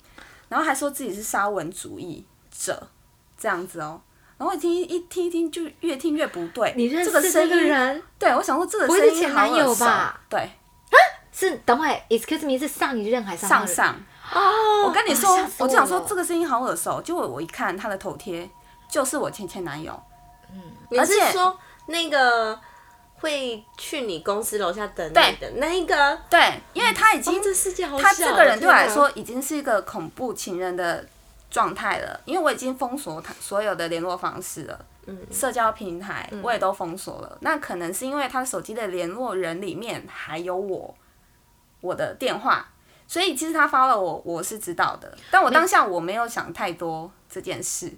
[SPEAKER 2] 然后还说自己是沙文主义者，这样子哦。然后我一听一听一听，就越听越不对。
[SPEAKER 1] 你认
[SPEAKER 2] 这个
[SPEAKER 1] 识
[SPEAKER 2] 声
[SPEAKER 1] 这个
[SPEAKER 2] 音？
[SPEAKER 1] 人？
[SPEAKER 2] 对，我想说这个
[SPEAKER 1] 不会
[SPEAKER 2] 声音
[SPEAKER 1] 是前
[SPEAKER 2] 好
[SPEAKER 1] 男友
[SPEAKER 2] 耳熟
[SPEAKER 1] 吧？
[SPEAKER 2] 对，
[SPEAKER 1] 是等会，excuse me，是上一任还是
[SPEAKER 2] 上
[SPEAKER 1] 上
[SPEAKER 2] 上哦，我跟你说
[SPEAKER 1] 吓，死
[SPEAKER 2] 我就想
[SPEAKER 1] 我
[SPEAKER 2] 说
[SPEAKER 1] 了
[SPEAKER 2] 这个声音好耳熟，结果我一看他的头贴就是我前前男友，
[SPEAKER 3] 你
[SPEAKER 2] 而
[SPEAKER 3] 是
[SPEAKER 2] 且
[SPEAKER 3] 说那个会去你公司楼下等你
[SPEAKER 2] 对
[SPEAKER 3] 的那一个？
[SPEAKER 2] 对，因为他已
[SPEAKER 1] 哦
[SPEAKER 2] 经
[SPEAKER 3] 今天这世界好小，
[SPEAKER 2] 他这个人啊对我来
[SPEAKER 3] 天哪
[SPEAKER 2] 说已经是一个恐怖情人的状态了，因为我已经封锁他所有的联络方式了，
[SPEAKER 1] 嗯
[SPEAKER 2] 社交平台我也都封锁了。那可能是因为他手机的联络人里面还有我，我的电话，所以其实他发了我，我是知道的，但我当下我没有想太多这件事。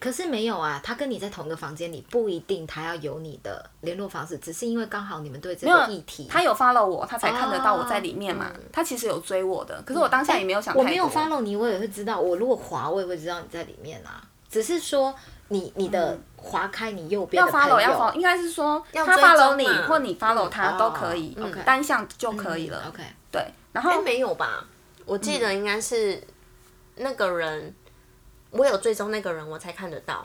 [SPEAKER 1] 可是没有啊，他跟你在同一个房间里，不一定他要有你的联络方式，只是因为刚好你们对这
[SPEAKER 2] 没有啊
[SPEAKER 1] 个议题，啊
[SPEAKER 2] 他有 follow 我，他才看得到我在
[SPEAKER 1] 哦哎
[SPEAKER 2] 里面嘛。他其实有追我的，可是我当下也没有想太
[SPEAKER 1] 我
[SPEAKER 2] 多。
[SPEAKER 1] 没有 follow 你，我也会知道。我如果滑，我也会知道你在里面啊。只是说你你的划开你右边
[SPEAKER 2] 嗯要
[SPEAKER 1] 的朋友
[SPEAKER 2] follow 要 follow，应该是说
[SPEAKER 3] 要
[SPEAKER 2] 他
[SPEAKER 3] 追踪
[SPEAKER 2] follow 你
[SPEAKER 3] 嘛
[SPEAKER 2] 或你 follow 他
[SPEAKER 1] 嗯
[SPEAKER 2] 都可以
[SPEAKER 1] 哦，OK
[SPEAKER 2] 单向就可以
[SPEAKER 1] 嗯
[SPEAKER 2] 了。
[SPEAKER 1] OK，
[SPEAKER 2] 对，然
[SPEAKER 3] 哎、
[SPEAKER 2] 后
[SPEAKER 3] 没有吧？我记
[SPEAKER 2] 嗯
[SPEAKER 3] 得应该是那个人，我有追踪那个人，我才看得到。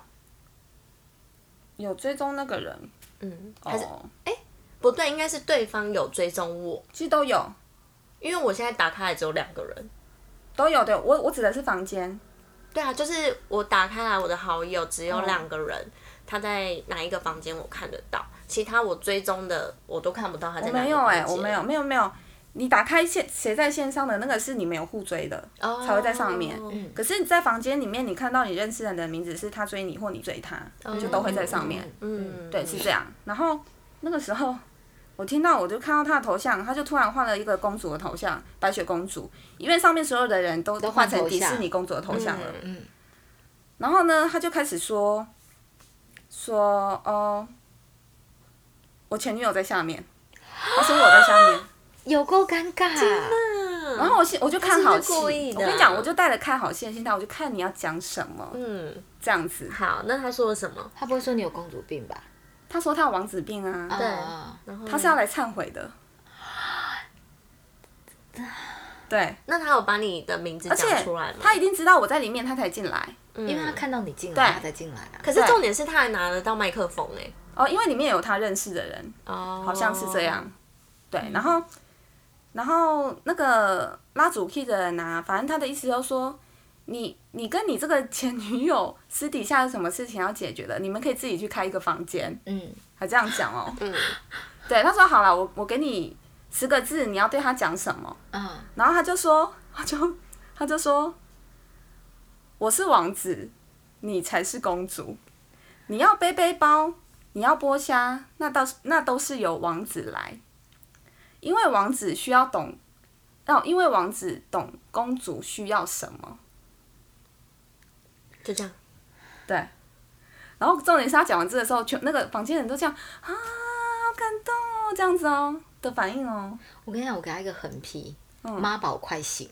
[SPEAKER 2] 有追踪那个人，
[SPEAKER 3] 嗯，还是、
[SPEAKER 2] 哦，
[SPEAKER 3] 不对，应该是对方有追踪我，
[SPEAKER 2] 其实都有
[SPEAKER 3] 因为我现在打开来只有两个人。
[SPEAKER 2] 都有的。我我指的是房间，
[SPEAKER 3] 对啊，就是我打开来我的好友只
[SPEAKER 2] 哦
[SPEAKER 3] 有两个人，他在哪一个房间我看得到，其他我追踪的我都看不到他在
[SPEAKER 2] 我
[SPEAKER 3] 哪
[SPEAKER 2] 没
[SPEAKER 3] 一个
[SPEAKER 2] 有
[SPEAKER 3] 房
[SPEAKER 2] 哎，
[SPEAKER 3] 间
[SPEAKER 2] 我没有没有没有。你打开线谁在线上的那个是你没有互追的，
[SPEAKER 3] 哦
[SPEAKER 2] 才会在上面
[SPEAKER 3] 嗯
[SPEAKER 2] 可是你在房间里面，你看到你认识的人的名字是他追你或你追他，
[SPEAKER 3] 哦
[SPEAKER 2] 就都会在上面。
[SPEAKER 3] 嗯，
[SPEAKER 2] 对，是这样。然后那个时候我听到，我就看到他的头像，他就突然换了一个公主的头像，白雪公主，因为上面所有的人都
[SPEAKER 1] 都换
[SPEAKER 2] 换成
[SPEAKER 1] 头
[SPEAKER 2] 迪
[SPEAKER 1] 像
[SPEAKER 2] 士尼公主的头像了。
[SPEAKER 3] 嗯
[SPEAKER 1] 嗯
[SPEAKER 2] 然后呢，他就开始说说哦，我前女友在下面，他说我在下
[SPEAKER 3] 嗯
[SPEAKER 2] 面。
[SPEAKER 1] 有够尴尬。
[SPEAKER 2] 然后我心我就看好
[SPEAKER 3] 他是
[SPEAKER 2] 戏，
[SPEAKER 3] 不是故意的
[SPEAKER 2] 我跟你讲，我就带着看好戏的心态，我就看你要讲什么
[SPEAKER 3] 嗯，
[SPEAKER 2] 这样子。
[SPEAKER 3] 好，那他说了什么？
[SPEAKER 1] 他不会说你有公主病吧？
[SPEAKER 2] 他说他有王子病啊，
[SPEAKER 3] 对
[SPEAKER 1] 啊，
[SPEAKER 3] 然后呢
[SPEAKER 2] 他是要来忏悔的。
[SPEAKER 3] 嗯
[SPEAKER 2] 对，
[SPEAKER 3] 那他有把你的名字
[SPEAKER 2] 而且
[SPEAKER 3] 讲出来吗？嗯
[SPEAKER 2] 他一定知道我在里面，他才进来。
[SPEAKER 1] 嗯因为他看到你进来，
[SPEAKER 2] 嗯对
[SPEAKER 1] 他才进来啊。
[SPEAKER 3] 可是重点是他还拿得到麦克风哎、
[SPEAKER 2] 哦，因为里面有他认识的人，
[SPEAKER 3] 哦，嗯
[SPEAKER 2] 好像是这样。。对，然后，然后那个拉主 key 的人啊，反正他的意思就是说，你你跟你这个前女友私底下有什么事情要解决的，你们可以自己去开一个房间，
[SPEAKER 1] 嗯，
[SPEAKER 2] 还这样讲哦。
[SPEAKER 3] 嗯，
[SPEAKER 2] 对，他说好了，我我给你十个字，你要对他讲什么。
[SPEAKER 1] 啊，
[SPEAKER 2] 然后他就说，他就他就说，我是王子，你才是公主，你要背背包，你要剥虾，那倒是那都是由王子来，因为王子需要懂，哦，因为王子懂公主需要什么，
[SPEAKER 3] 就这样。
[SPEAKER 2] 对。然后重点是他讲完这个时候，全那个房间人都这样啊，好感动哦，这样子哦的反应哦。
[SPEAKER 1] 我跟你讲，我给他一个横批，
[SPEAKER 2] 嗯
[SPEAKER 1] 妈宝快醒。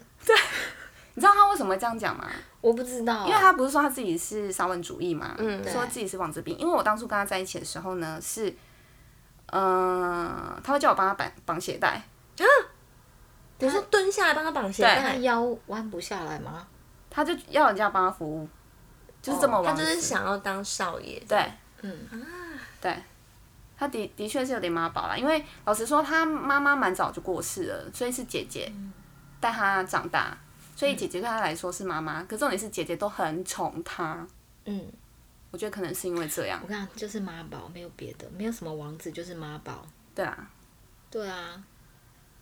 [SPEAKER 2] 你知道他为什么会这样讲吗？
[SPEAKER 1] 我不知道，
[SPEAKER 2] 因为他不是说他自己是沙文主义嘛，
[SPEAKER 3] 哦嗯
[SPEAKER 2] 说自己是王子病。因为我当初跟他在一起的时候呢，是，呃，他会叫我帮他绑绑鞋带，
[SPEAKER 3] 啊你说蹲下来帮他绑鞋
[SPEAKER 1] 他
[SPEAKER 3] 带，
[SPEAKER 1] 腰弯不下来吗？
[SPEAKER 2] 他就要人家帮他服务，就是这么
[SPEAKER 3] 哦他
[SPEAKER 2] 王子。
[SPEAKER 3] 就是想要当少爷。啊
[SPEAKER 2] 对，
[SPEAKER 1] 嗯
[SPEAKER 2] 对，他的的确是有点妈宝啦。因为老实说，他妈妈蛮早就过世了，所以是姐姐
[SPEAKER 3] 嗯
[SPEAKER 2] 带他长大，所以姐姐对他来说是妈妈。可重点是姐姐都很宠他，
[SPEAKER 1] 嗯，
[SPEAKER 2] 我觉得可能是因为这样
[SPEAKER 1] 我，跟你讲，就是妈宝，没有别的，没有什么王子，就是妈宝。
[SPEAKER 2] 对啊。
[SPEAKER 1] 对啊，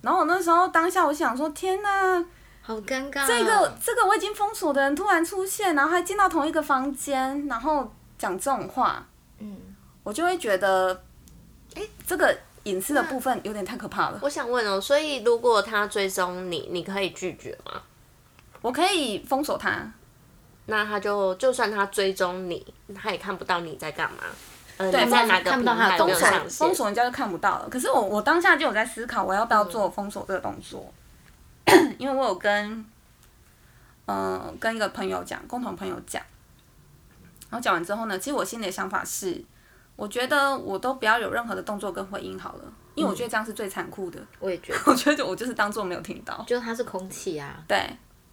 [SPEAKER 2] 然后我那时候当下我想说，天哪！
[SPEAKER 1] 好尴尬哦。
[SPEAKER 2] 这个这个我已经封锁的人突然出现，然后还进到同一个房间，然后讲这种话，
[SPEAKER 1] 嗯，
[SPEAKER 2] 我就会觉得，哎、这个隐私的部分有点太可怕了。
[SPEAKER 3] 我想问哦，所以如果他追踪你，你可以拒绝吗？
[SPEAKER 2] 我可以封锁他，
[SPEAKER 3] 那他就就算他追踪你，他也看不到你在干嘛，呃，
[SPEAKER 2] 对
[SPEAKER 3] 你在哪个
[SPEAKER 1] 看
[SPEAKER 3] 平
[SPEAKER 1] 不到他的
[SPEAKER 3] 台没
[SPEAKER 1] 动
[SPEAKER 2] 封
[SPEAKER 1] 态
[SPEAKER 3] 有
[SPEAKER 2] 锁
[SPEAKER 3] 上线
[SPEAKER 2] 封。锁人家就看不到了。可是我我当下就有在思考，我要不要做封锁这个动作， 因为我有跟，呃，跟一个朋友讲，共同朋友讲，然后讲完之后呢，其实我心里的想法是，我觉得我都不要有任何的动作跟回应好了，因为我觉得这样是最残酷的。
[SPEAKER 1] 我也觉得，
[SPEAKER 2] 我觉得我就是当做没有听到。
[SPEAKER 1] 就是它是空气啊。
[SPEAKER 2] 对，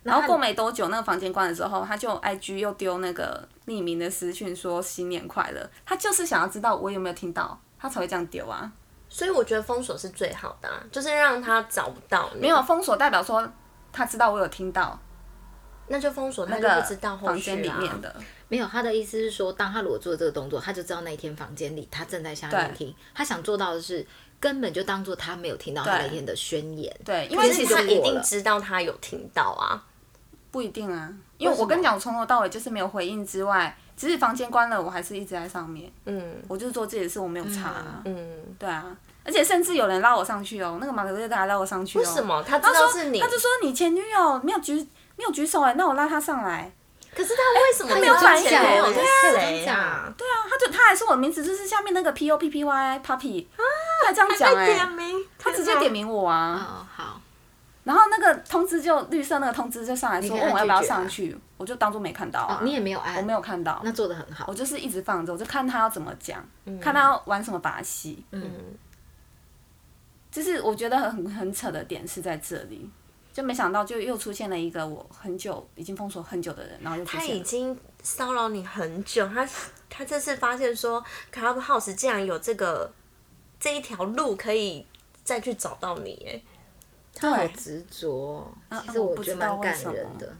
[SPEAKER 2] 然后过没多久，那个房间关了之后，他就 IG 又丢那个匿名的私讯说新年快乐，他就是想要知道我有没有听到，他才会这样丢啊。
[SPEAKER 3] 所以我觉得封锁是最好的、啊，就是让他找不到你。
[SPEAKER 2] 没有，封锁代表说他知道我有听到
[SPEAKER 3] 那就封锁，他
[SPEAKER 2] 那
[SPEAKER 3] 就
[SPEAKER 2] 个
[SPEAKER 3] 不知道后
[SPEAKER 2] 房
[SPEAKER 3] 续啊
[SPEAKER 2] 间里
[SPEAKER 3] 啦
[SPEAKER 2] 面。的。
[SPEAKER 1] 没有，他的意思是说，当他如果做这个动作，他就知道那一天房间里他正在下面
[SPEAKER 2] 对
[SPEAKER 1] 听。他想做到的是，根本就当做他没有听到他
[SPEAKER 2] 对
[SPEAKER 1] 那天的宣言。
[SPEAKER 2] 对，因
[SPEAKER 3] 但
[SPEAKER 2] 为
[SPEAKER 1] 可
[SPEAKER 2] 其
[SPEAKER 3] 是
[SPEAKER 2] 实
[SPEAKER 3] 他
[SPEAKER 1] 就
[SPEAKER 3] 一
[SPEAKER 1] 过
[SPEAKER 3] 定
[SPEAKER 1] 了
[SPEAKER 3] 知道他有听到啊。
[SPEAKER 2] 不一定啊，因为我跟你讲，我从头到尾就是没有回应之外，即使房间关了，我还是一直在上面，
[SPEAKER 3] 嗯
[SPEAKER 2] 我就是做自己的事，我没有查、啊。
[SPEAKER 3] 嗯，
[SPEAKER 2] 对啊，而且甚至有人拉我上去哦，那个玛格丽特还拉我上去、哦。
[SPEAKER 3] 为什么他知
[SPEAKER 2] 他
[SPEAKER 3] 道
[SPEAKER 2] 说
[SPEAKER 3] 是你
[SPEAKER 2] 欸他？就说你前女友没有举没有举手哎、那我拉她上来。
[SPEAKER 3] 可是他为什么
[SPEAKER 1] 没
[SPEAKER 3] 没有把
[SPEAKER 1] 真
[SPEAKER 3] 前
[SPEAKER 1] 假
[SPEAKER 3] 男友
[SPEAKER 1] 的
[SPEAKER 3] 是
[SPEAKER 1] 真
[SPEAKER 3] 谁啊？
[SPEAKER 1] 假
[SPEAKER 2] 对啊，他就他还是我的名字，就是下面那个 P O P P Y Puppy，他还这样讲哎、
[SPEAKER 3] 啊点名，
[SPEAKER 2] 他直接点名我啊。
[SPEAKER 1] 哦，好，
[SPEAKER 2] 然后那个通知就绿色那个通知就上来
[SPEAKER 1] 你
[SPEAKER 2] 说
[SPEAKER 1] 给他
[SPEAKER 2] 问我要不要
[SPEAKER 1] 拒绝啊
[SPEAKER 2] 上去，我就当做没看到啊
[SPEAKER 1] 哦，。你也没有按，
[SPEAKER 2] 我没有看到，
[SPEAKER 1] 那嗯做的很好
[SPEAKER 2] 我，就是一直放着，我就看他要怎么讲，看他要玩什么把戏。
[SPEAKER 3] 嗯，
[SPEAKER 2] 就是我觉得很很扯的点是在这里，就没想到就又出现了一个我很久已经封锁很久的人，然后又出
[SPEAKER 3] 他
[SPEAKER 2] 现
[SPEAKER 3] 已
[SPEAKER 2] 了。
[SPEAKER 3] 经骚扰你很久，他他这次发现说 Clubhouse 竟然有这个这一条路可以再去找到你，哎，
[SPEAKER 1] 他好
[SPEAKER 2] 对
[SPEAKER 1] 执着哦。
[SPEAKER 2] 啊
[SPEAKER 1] 其实
[SPEAKER 2] 我
[SPEAKER 1] 我
[SPEAKER 2] 不
[SPEAKER 1] 觉得
[SPEAKER 2] 知道
[SPEAKER 1] 蛮
[SPEAKER 2] 为
[SPEAKER 1] 感
[SPEAKER 2] 什么
[SPEAKER 1] 人的。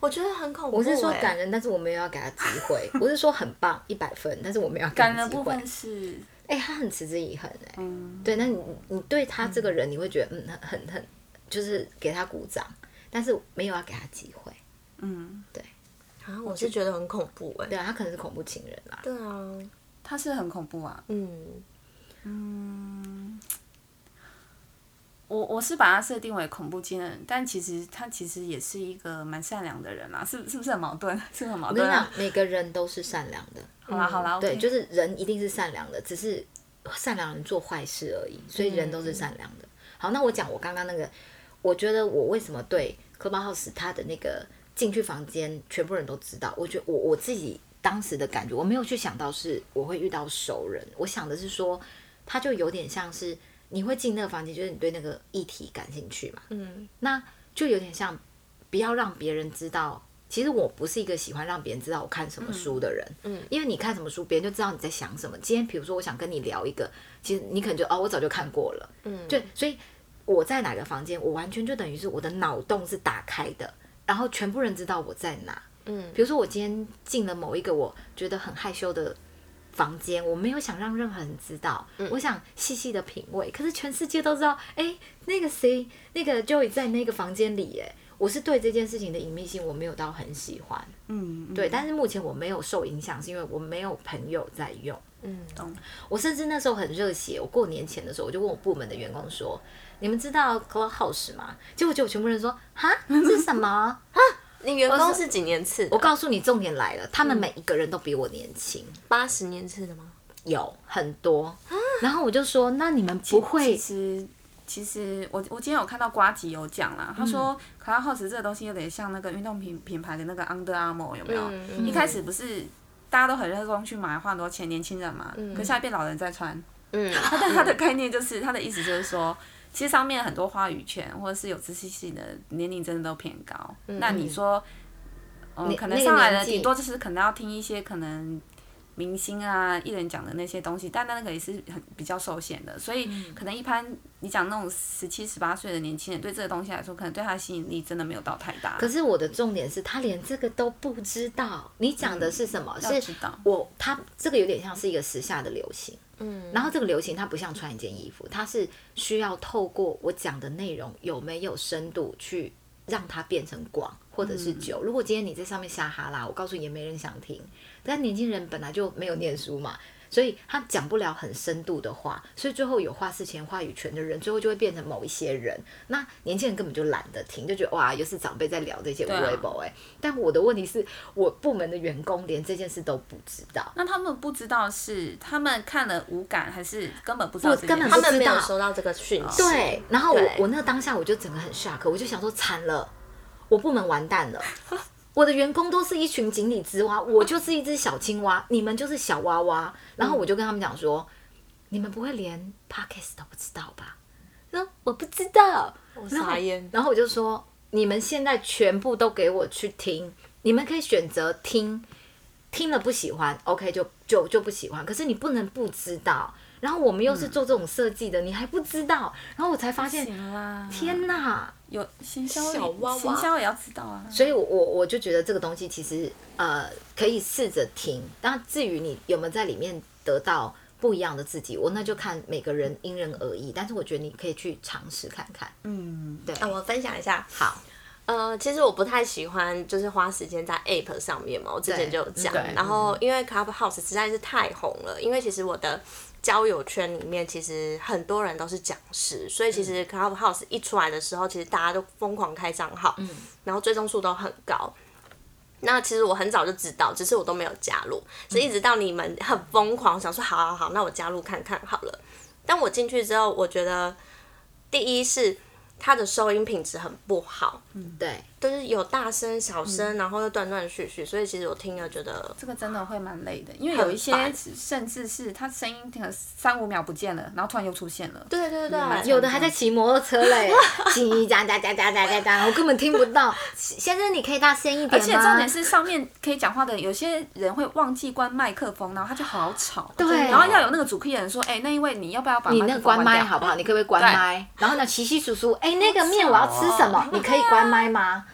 [SPEAKER 3] 我觉得很恐怖。
[SPEAKER 1] 我是说
[SPEAKER 3] 哎
[SPEAKER 1] 感人，但是我没有要给他机会。 我是说很棒，一百分，但是我没有要给
[SPEAKER 2] 感
[SPEAKER 1] 他
[SPEAKER 2] 人
[SPEAKER 1] 机
[SPEAKER 2] 部
[SPEAKER 1] 会
[SPEAKER 2] 分。是，
[SPEAKER 1] 哎、他很持之以恒哎、
[SPEAKER 2] 嗯，
[SPEAKER 1] 对，那你你对他这个人，你会觉得嗯很很很，就是给他鼓掌，但是没有要给他机会。
[SPEAKER 2] 嗯，
[SPEAKER 3] 啊，我是觉得很恐怖哎。
[SPEAKER 1] 对啊，他可能是恐怖情人啦。
[SPEAKER 3] 对啊，
[SPEAKER 2] 他是很恐怖啊。
[SPEAKER 3] 嗯，
[SPEAKER 2] 我我是把他设定为恐怖情人，但其实他其实也是一个蛮善良的人啦，啊是是不是很矛盾？ 是不是很矛
[SPEAKER 1] 我跟
[SPEAKER 2] 盾
[SPEAKER 1] 你讲
[SPEAKER 2] 啊？，
[SPEAKER 1] 每个人都是善良的，
[SPEAKER 2] 好啦好啦，
[SPEAKER 1] 嗯对，
[SPEAKER 2] OK
[SPEAKER 1] 就是人一定是善良的，只是善良人做坏事而已，所以人都是善良的。好，那我讲我刚刚那个，我觉得我为什么对 Clubhouse 他的那个进去房间，全部人都知道，我觉得我我自己当时的感觉，我没有去想到是我会遇到熟人，我想的是说，他就有点像是你会进那个房间，就是你对那个议题感兴趣嘛，
[SPEAKER 3] 嗯，
[SPEAKER 1] 那就有点像不要让别人知道。其实我不是一个喜欢让别人知道我看什么书的人，
[SPEAKER 3] 嗯
[SPEAKER 1] 因为你看什么书，别人就知道你在想什么。今天比如说我想跟你聊一个，其实你可能就哦，我早就看过了，
[SPEAKER 3] 嗯
[SPEAKER 1] 对，所以我在哪个房间，我完全就等于是我的脑洞是打开的，然后全部人知道我在哪。
[SPEAKER 3] 嗯
[SPEAKER 1] 比如说我今天进了某一个我觉得很害羞的房间，我没有想让任何人知道，我想细细的品味。可是全世界都知道，哎、那个谁，那个 Joey 在那个房间里，哎，我是对这件事情的隐秘性我没有到很喜欢，
[SPEAKER 2] 嗯，嗯
[SPEAKER 1] 对，但是目前我没有受影响，是因为我没有朋友在用。
[SPEAKER 3] 嗯，
[SPEAKER 2] 懂。
[SPEAKER 1] 我甚至那时候很热血，我过年前的时候，我就问我部门的员工说：“你们知道 Clubhouse 吗？”结果就有全部人说：“哈，这是什么
[SPEAKER 3] 你员工是几年次？？”
[SPEAKER 1] 我告诉你，重点来了，他们每一个人都比我年轻，
[SPEAKER 3] 八十年次的吗？
[SPEAKER 1] 有很多。
[SPEAKER 2] 啊
[SPEAKER 1] 然后我就说：“那你们不
[SPEAKER 2] 其
[SPEAKER 1] 会
[SPEAKER 2] 实其实我我今天有看到瓜吉有讲啦，
[SPEAKER 1] 嗯
[SPEAKER 2] 他说 Clubhouse 这个东西有点像那个运动品品牌的那个 Under Armour 有没有？
[SPEAKER 3] 嗯嗯
[SPEAKER 2] 一开始不是。大家都很热衷去买，花很多钱，年轻人嘛。
[SPEAKER 1] 嗯
[SPEAKER 2] 可是现在变老人在穿。
[SPEAKER 3] 嗯
[SPEAKER 2] 他的他的概念就是，他的意思就是说，其实上面很多话语权或者是有知识性的年龄真的都偏高。那你说，嗯、
[SPEAKER 1] 你
[SPEAKER 2] 可
[SPEAKER 1] 嗯
[SPEAKER 2] 能
[SPEAKER 1] 那个
[SPEAKER 2] 上来的
[SPEAKER 1] 年纪
[SPEAKER 2] 顶多就是可能要听一些可能明星啊、艺人讲的那些东西，但那个也是很比较受限的，所以
[SPEAKER 1] 嗯
[SPEAKER 2] 可能一般你讲那种十七、十八岁的年轻人，对这个东西来说，可能对他的吸引力真的没有到太大。
[SPEAKER 1] 可是我的重点是他连这个都不知道。你讲的是什么？
[SPEAKER 2] 要
[SPEAKER 1] 是
[SPEAKER 2] 知道，
[SPEAKER 1] 我他这个有点像是一个时下的流行。
[SPEAKER 3] 嗯
[SPEAKER 1] 然后这个流行它不像穿一件衣服，它是需要透过我讲的内容有没有深度去让它变成广或者
[SPEAKER 2] 嗯
[SPEAKER 1] 是久。如果今天你在上面瞎哈啦，我告诉你也没人想听。但年轻人本来就没有念书嘛，所以他讲不了很深度的话，所以最后有话事前话语权的人，最后就会变成某一些人。那年轻人根本就懒得听，就觉得哇，又是长辈在聊这些微
[SPEAKER 2] 对啊
[SPEAKER 1] 博哎。但我的问题是我部门的员工连这件事都不知道。
[SPEAKER 2] 那他们不知道是他们看了无感，还是根本不知
[SPEAKER 1] 不
[SPEAKER 2] 道这件
[SPEAKER 1] 根本
[SPEAKER 2] 事
[SPEAKER 1] 不
[SPEAKER 3] 他
[SPEAKER 1] 知道
[SPEAKER 3] 们没有收到这个讯息。
[SPEAKER 1] 对，然后我
[SPEAKER 3] 对
[SPEAKER 1] 我那个当下我就整个很 shock，我就想说惨了，我部门完蛋 了，我的员工都是一群井底之蛙，我就是一只小青 蛙，你们就是小蛙蛙。然后我就跟他们讲说，
[SPEAKER 3] 嗯
[SPEAKER 1] 你们不会连 podcast 都不知道吧？他说我不知道，
[SPEAKER 3] 我
[SPEAKER 1] 然后
[SPEAKER 3] 傻眼。
[SPEAKER 1] 然后我就说，你们现在全部都给我去听，你们可以选择听，听了不喜欢，OK 就就就不喜欢。可是你不能不知道。然后我们又是做这种设计的，你还不知道。然后我才发现，
[SPEAKER 2] 行啦，
[SPEAKER 1] 天哪！
[SPEAKER 2] 有行销
[SPEAKER 3] 小娃娃
[SPEAKER 2] 行销也要知道啊。
[SPEAKER 1] 所以我，我我就觉得这个东西其实呃可以试着听。但至于你有没有在里面得到不一样的自己，我那就看每个人因人而异。但是我觉得你可以去尝试看看。
[SPEAKER 2] 嗯，
[SPEAKER 1] 对，
[SPEAKER 3] 啊，我分享一下，
[SPEAKER 1] 好，
[SPEAKER 3] 呃，其实我不太喜欢就是花时间在 App 上面嘛，我之前就有讲
[SPEAKER 1] 对嗯。
[SPEAKER 3] 然后因为 Clubhouse 实在是太红了，因为其实我的交友圈里面其实很多人都是讲师，所以其
[SPEAKER 1] 嗯
[SPEAKER 3] 实 Clubhouse
[SPEAKER 1] 嗯
[SPEAKER 3] 一出来的时候，其实大家都疯狂开账号，然后追踪数都很高。那其实我很早就知道，只是我都没有加入，是一直到你们很疯狂，想说好好好，那我加入看看好了。但我进去之后，我觉得第一是它的收音品质很不好，
[SPEAKER 1] 对，
[SPEAKER 3] 就是有大声、小声，然后又断断续续，所以其实我听了觉得
[SPEAKER 2] 这个真的会蛮累的，因为有一些
[SPEAKER 3] 很烦
[SPEAKER 2] 甚至是它声音可能三五秒不见了，然后突然又出现了。
[SPEAKER 3] 对对对，
[SPEAKER 2] 嗯
[SPEAKER 1] 有的还在骑摩托车嘞，叽喳喳喳喳喳喳喳，我根本听不到。先生，你可以大声一点吗？
[SPEAKER 2] 而且重点是上面可以讲话的人，有些人会忘记关麦克风，然后他就好吵。
[SPEAKER 1] 对
[SPEAKER 2] 然后要有那个主 key 的人说，哎、那一位你要不要把
[SPEAKER 1] 你
[SPEAKER 2] 麦
[SPEAKER 1] 那
[SPEAKER 2] 克
[SPEAKER 1] 个
[SPEAKER 2] 风
[SPEAKER 1] 关麦
[SPEAKER 2] 掉
[SPEAKER 1] 好不好？你可不可以关
[SPEAKER 2] 对
[SPEAKER 1] 麦？然后呢，稀稀疏疏，哎、那个面我要吃什么？你可以关麦吗？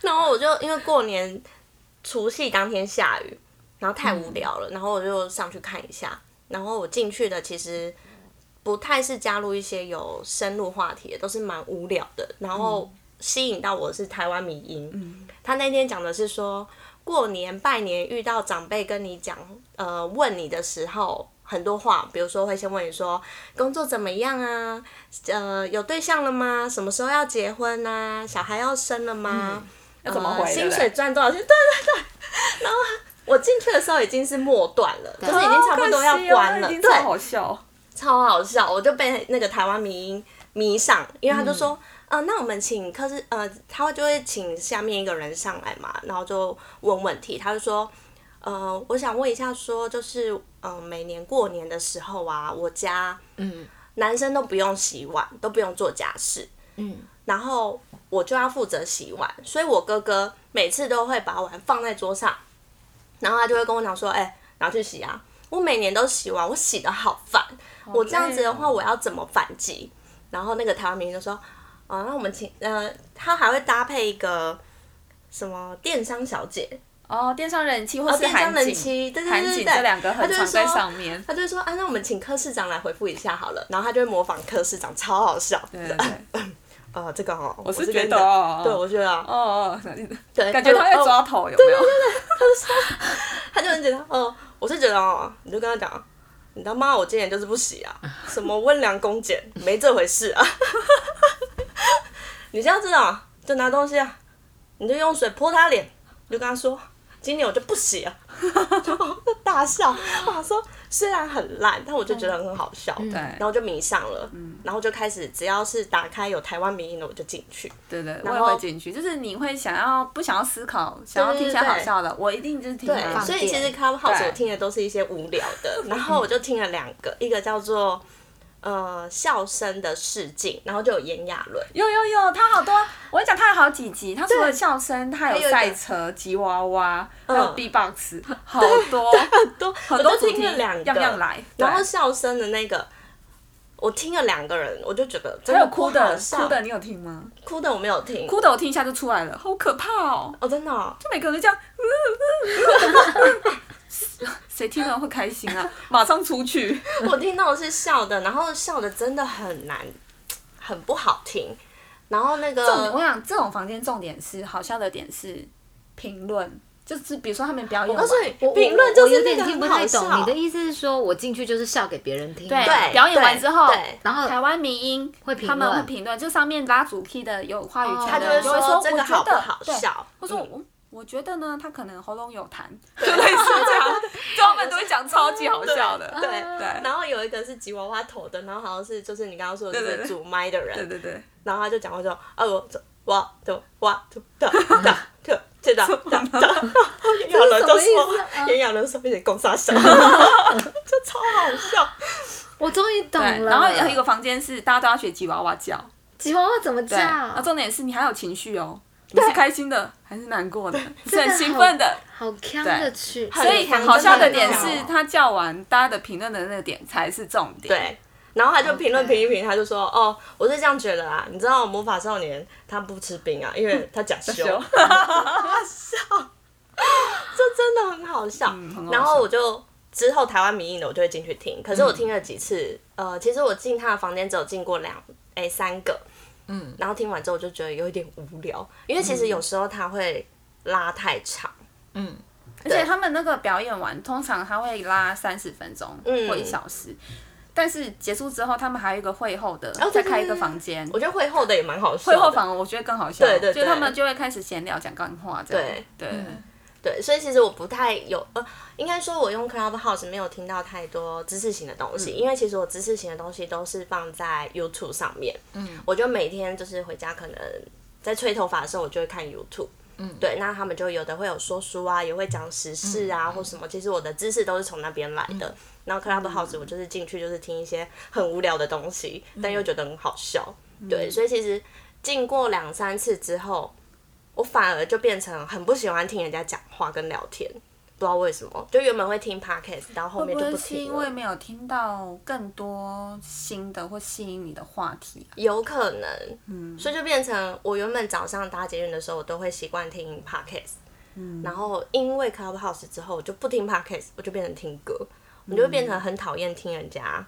[SPEAKER 3] 然后我就因为过年除夕当天下雨，然后太无聊了，然后我就上去看一下。然后我进去的其实不太是加入一些有深入话题的，都是蛮无聊的。然后吸引到我是台湾迷音，他那天讲的是说过年拜年遇到长辈跟你讲，呃，问你的时候。很多话，比如说会先问你说工作怎么样啊，呃，有对象了吗？什么时候要结婚啊？小孩要生了吗？
[SPEAKER 2] 要怎么回？
[SPEAKER 3] 呃
[SPEAKER 2] 对
[SPEAKER 3] 薪
[SPEAKER 2] 不对
[SPEAKER 3] 水赚多少钱？对对对。然后我进去的时候已经是末段了，就是已经差不多要关
[SPEAKER 2] 好可惜哦
[SPEAKER 3] 了，
[SPEAKER 2] 已经超
[SPEAKER 3] 对，
[SPEAKER 2] 好笑。
[SPEAKER 3] 超好笑，我就被那个台湾迷音迷上，因为他就说。
[SPEAKER 2] 嗯
[SPEAKER 3] 呃，那我们请科室，呃，他会就会请下面一个人上来嘛，然后就问问题，他就说，呃，我想问一下说就是，嗯、每年过年的时候啊，我家
[SPEAKER 1] 嗯
[SPEAKER 3] 男生都不用洗碗，都不用做家事，
[SPEAKER 1] 嗯，
[SPEAKER 3] 然后我就要负责洗碗，所以我哥哥每次都会把碗放在桌上，然后他就会跟我讲说：“哎、拿去洗啊！”我每年都洗碗，我洗的好烦，我这样子的
[SPEAKER 2] 哦
[SPEAKER 3] 话，我要怎么反击？然后那个台湾民就说：“哦，那我们请呃，他还会搭配一个什么电商小姐，
[SPEAKER 2] 哦，电商人气或是
[SPEAKER 3] 电商
[SPEAKER 2] 韩
[SPEAKER 3] 人
[SPEAKER 2] 景，
[SPEAKER 3] 气对对对
[SPEAKER 2] 韩
[SPEAKER 3] 对
[SPEAKER 2] 景
[SPEAKER 3] 对
[SPEAKER 2] 这两个
[SPEAKER 3] 他
[SPEAKER 2] 很
[SPEAKER 3] 就会
[SPEAKER 2] 常在
[SPEAKER 3] 说
[SPEAKER 2] 上面。
[SPEAKER 3] 他就会说啊，那我们请柯市长来回复一下好了。”然后他就会模仿柯市长，超好笑。
[SPEAKER 2] 对对对，
[SPEAKER 3] 呃，这个哦，我
[SPEAKER 2] 我是觉
[SPEAKER 3] 跟
[SPEAKER 2] 得
[SPEAKER 3] 你
[SPEAKER 2] 哦，
[SPEAKER 3] 对，我觉得啊
[SPEAKER 2] 哦哦，
[SPEAKER 3] 对，
[SPEAKER 2] 感觉他在
[SPEAKER 3] 哦
[SPEAKER 2] 抓头，有没有？
[SPEAKER 3] 他就很简单，哦，我是觉得哦，你就跟他讲，你他妈我今年就是不洗啊，什么温良恭俭，没这回事啊。 你这样子啊，就拿东西啊，你就用水泼他脸，你就跟他说，今年我就不洗啊。然后 就大笑，哇，说虽然很烂，但我就觉得很好笑，
[SPEAKER 2] 对
[SPEAKER 3] 然后就迷上了，然后就开始只要是打开有台湾民音的我就进去，
[SPEAKER 2] 对对，我
[SPEAKER 3] 然
[SPEAKER 2] 也
[SPEAKER 3] 后
[SPEAKER 2] 会进去，就是你会想要不想要思考，想要听一些
[SPEAKER 3] 对对
[SPEAKER 2] 好笑的，我一定就是听
[SPEAKER 3] 对，
[SPEAKER 2] 他
[SPEAKER 1] 放
[SPEAKER 3] 所
[SPEAKER 2] 的。
[SPEAKER 3] 以其实 Clubhouse
[SPEAKER 2] 对
[SPEAKER 3] 我听的都是一些无聊 的，然后我就听了两个，一个叫做呃笑声的试镜，然后就有炎亚纶，
[SPEAKER 2] 有有有，他好多，我跟你讲，他有好几集，他除了笑声，他
[SPEAKER 3] 还
[SPEAKER 2] 有
[SPEAKER 3] 有一个
[SPEAKER 2] 赛车、吉娃娃，还有
[SPEAKER 3] 嗯
[SPEAKER 2] B-box，好多很
[SPEAKER 3] 都
[SPEAKER 2] 很
[SPEAKER 3] 我
[SPEAKER 2] 多
[SPEAKER 3] 都
[SPEAKER 2] 主
[SPEAKER 3] 听
[SPEAKER 2] 题，
[SPEAKER 3] 了两个，
[SPEAKER 2] 样样来。
[SPEAKER 3] 然后
[SPEAKER 2] 对
[SPEAKER 3] 笑声的那个。我听了两个人，我就觉得真
[SPEAKER 2] 还
[SPEAKER 3] 的
[SPEAKER 2] 有哭
[SPEAKER 3] 不好
[SPEAKER 2] 的，
[SPEAKER 3] 笑
[SPEAKER 2] 哭的你有听吗？
[SPEAKER 3] 哭的我没有听，
[SPEAKER 2] 哭的我听一下就出来了，好可怕哦！
[SPEAKER 3] 哦真的哦
[SPEAKER 2] 就每个人就这样，嗯嗯嗯谁听了会开心啊？马上出去。
[SPEAKER 3] 我听到的是笑的，然后笑的真的很难，很不好听。然后那
[SPEAKER 2] 重点，我
[SPEAKER 3] 个
[SPEAKER 2] 想这种房间重点是好笑的点是评论，就是比如说他们表演
[SPEAKER 3] 我告
[SPEAKER 2] 完，
[SPEAKER 3] 诉你
[SPEAKER 1] 嗯我，
[SPEAKER 3] 哦评论就
[SPEAKER 1] 我
[SPEAKER 3] 是
[SPEAKER 1] 有
[SPEAKER 3] 那
[SPEAKER 1] 点
[SPEAKER 3] 个
[SPEAKER 1] 听
[SPEAKER 3] 很
[SPEAKER 1] 不
[SPEAKER 3] 好
[SPEAKER 1] 太懂
[SPEAKER 3] 笑
[SPEAKER 1] 你的意思是说我进去就是笑给别人听吗，
[SPEAKER 2] 对
[SPEAKER 3] 对
[SPEAKER 2] 表演完之后呃
[SPEAKER 3] 对
[SPEAKER 1] 然后
[SPEAKER 2] 台湾民音
[SPEAKER 1] 会评
[SPEAKER 2] 他
[SPEAKER 1] 论
[SPEAKER 2] 们会评论，就上面拉主 key 的有话语
[SPEAKER 1] 他
[SPEAKER 2] 权
[SPEAKER 1] 就
[SPEAKER 2] 的
[SPEAKER 1] 会
[SPEAKER 2] 人就会说，
[SPEAKER 3] 说这个
[SPEAKER 2] 我
[SPEAKER 3] 好
[SPEAKER 2] 觉
[SPEAKER 3] 不
[SPEAKER 2] 得
[SPEAKER 3] 好
[SPEAKER 2] 对
[SPEAKER 3] 笑
[SPEAKER 2] 或说
[SPEAKER 3] 嗯
[SPEAKER 2] 我我觉得呢，他可能喉咙有痰，就 类似这样， 就他们都会讲超级好笑的，
[SPEAKER 3] 对
[SPEAKER 2] 对嗯
[SPEAKER 3] 然后有一个是吉娃娃头的，然后好像是就是你刚刚说的
[SPEAKER 2] 对对
[SPEAKER 3] 就
[SPEAKER 2] 对
[SPEAKER 3] 是主麦的人，
[SPEAKER 2] 对对 对，
[SPEAKER 3] 然后他就讲话就啊我这哇的哇的的的的这的的的，炎亚纶就
[SPEAKER 1] 这是什么意思
[SPEAKER 3] 说
[SPEAKER 1] 啊
[SPEAKER 3] 炎亚纶说有点攻杀小，就超好笑。
[SPEAKER 1] 我终于懂
[SPEAKER 2] 对，
[SPEAKER 1] 了。
[SPEAKER 2] 然后有一个房间是大家都要学吉娃娃叫，
[SPEAKER 1] 吉娃娃怎么叫
[SPEAKER 2] 对，？那重点是你还有情绪哦，你是开心的还是难 过的，是很兴奋的，
[SPEAKER 1] 好强的曲，
[SPEAKER 3] 对
[SPEAKER 2] 所以
[SPEAKER 3] 很
[SPEAKER 2] 好笑的
[SPEAKER 1] 真的
[SPEAKER 2] 点
[SPEAKER 1] 很好
[SPEAKER 2] 是他叫完大家的评论的那个点才是重点，
[SPEAKER 3] 对，然后他就评论评一评，他就说哦我是这样觉得啊，你知道魔法少年他不吃冰啊，因为他假修，
[SPEAKER 2] 羞
[SPEAKER 3] 这真的很好笑。
[SPEAKER 2] 嗯很好
[SPEAKER 3] 然后
[SPEAKER 2] 笑
[SPEAKER 3] 我就之后台湾民音的我就会进去听，可是我听了几次，
[SPEAKER 2] 嗯
[SPEAKER 3] 呃，其实我进他的房间只有进过两哎、三个，嗯，然后听完之后我就觉得有一点无聊，因为其
[SPEAKER 2] 嗯
[SPEAKER 3] 实有时候他会拉太长，
[SPEAKER 2] 而且他们那个表演完，通常他会拉三十分钟
[SPEAKER 3] 嗯
[SPEAKER 2] 或一小时，但是结束之后，他们还有一个会后的，
[SPEAKER 3] 哦
[SPEAKER 2] 再
[SPEAKER 3] 对
[SPEAKER 2] 开一个房间。
[SPEAKER 3] 我觉得会后的也蛮好笑
[SPEAKER 2] 会
[SPEAKER 3] 的，
[SPEAKER 2] 后房我觉得更好笑，
[SPEAKER 3] 对对对
[SPEAKER 2] 就他们就会开始闲聊、讲干话这样。
[SPEAKER 3] 对嗯
[SPEAKER 2] 对，
[SPEAKER 3] 对，所以其实我不太有呃，应该说我用 Clubhouse 没有听到太多知识型的东
[SPEAKER 2] 嗯
[SPEAKER 3] 西，因为其实我知识型的东西都是放在 YouTube 上面。嗯，我就每天就是回家可能在吹头发的时候，我就会看 YouTube。嗯，对，那他们就有的会有说书啊，也会讲时事
[SPEAKER 2] 嗯
[SPEAKER 3] 啊、或什么。其实我的知识都是从那边来的。然后 Clubhouse 我就是进去就是听一些很无聊的东西，但
[SPEAKER 2] 嗯
[SPEAKER 3] 又觉得很好笑。对，所以其实经过两三次之后，我反而就变成很不喜欢听人家讲话跟聊天，不知道为什么。就原本会听 podcast，到后
[SPEAKER 2] 会
[SPEAKER 3] 面
[SPEAKER 2] 不
[SPEAKER 3] 就
[SPEAKER 2] 会是
[SPEAKER 3] 听
[SPEAKER 2] 因
[SPEAKER 3] 了。
[SPEAKER 2] 为没有听到更多新的或吸引你的话题、啊？
[SPEAKER 3] 有可能，
[SPEAKER 1] 嗯
[SPEAKER 3] 所以就变成我原本早上搭捷运的时候，我都会习惯听 podcast，、
[SPEAKER 1] 嗯
[SPEAKER 3] 然后因为 Clubhouse 之后，我就不听 podcast，我就变成听歌，我就
[SPEAKER 1] 嗯
[SPEAKER 3] 变成很讨厌听人家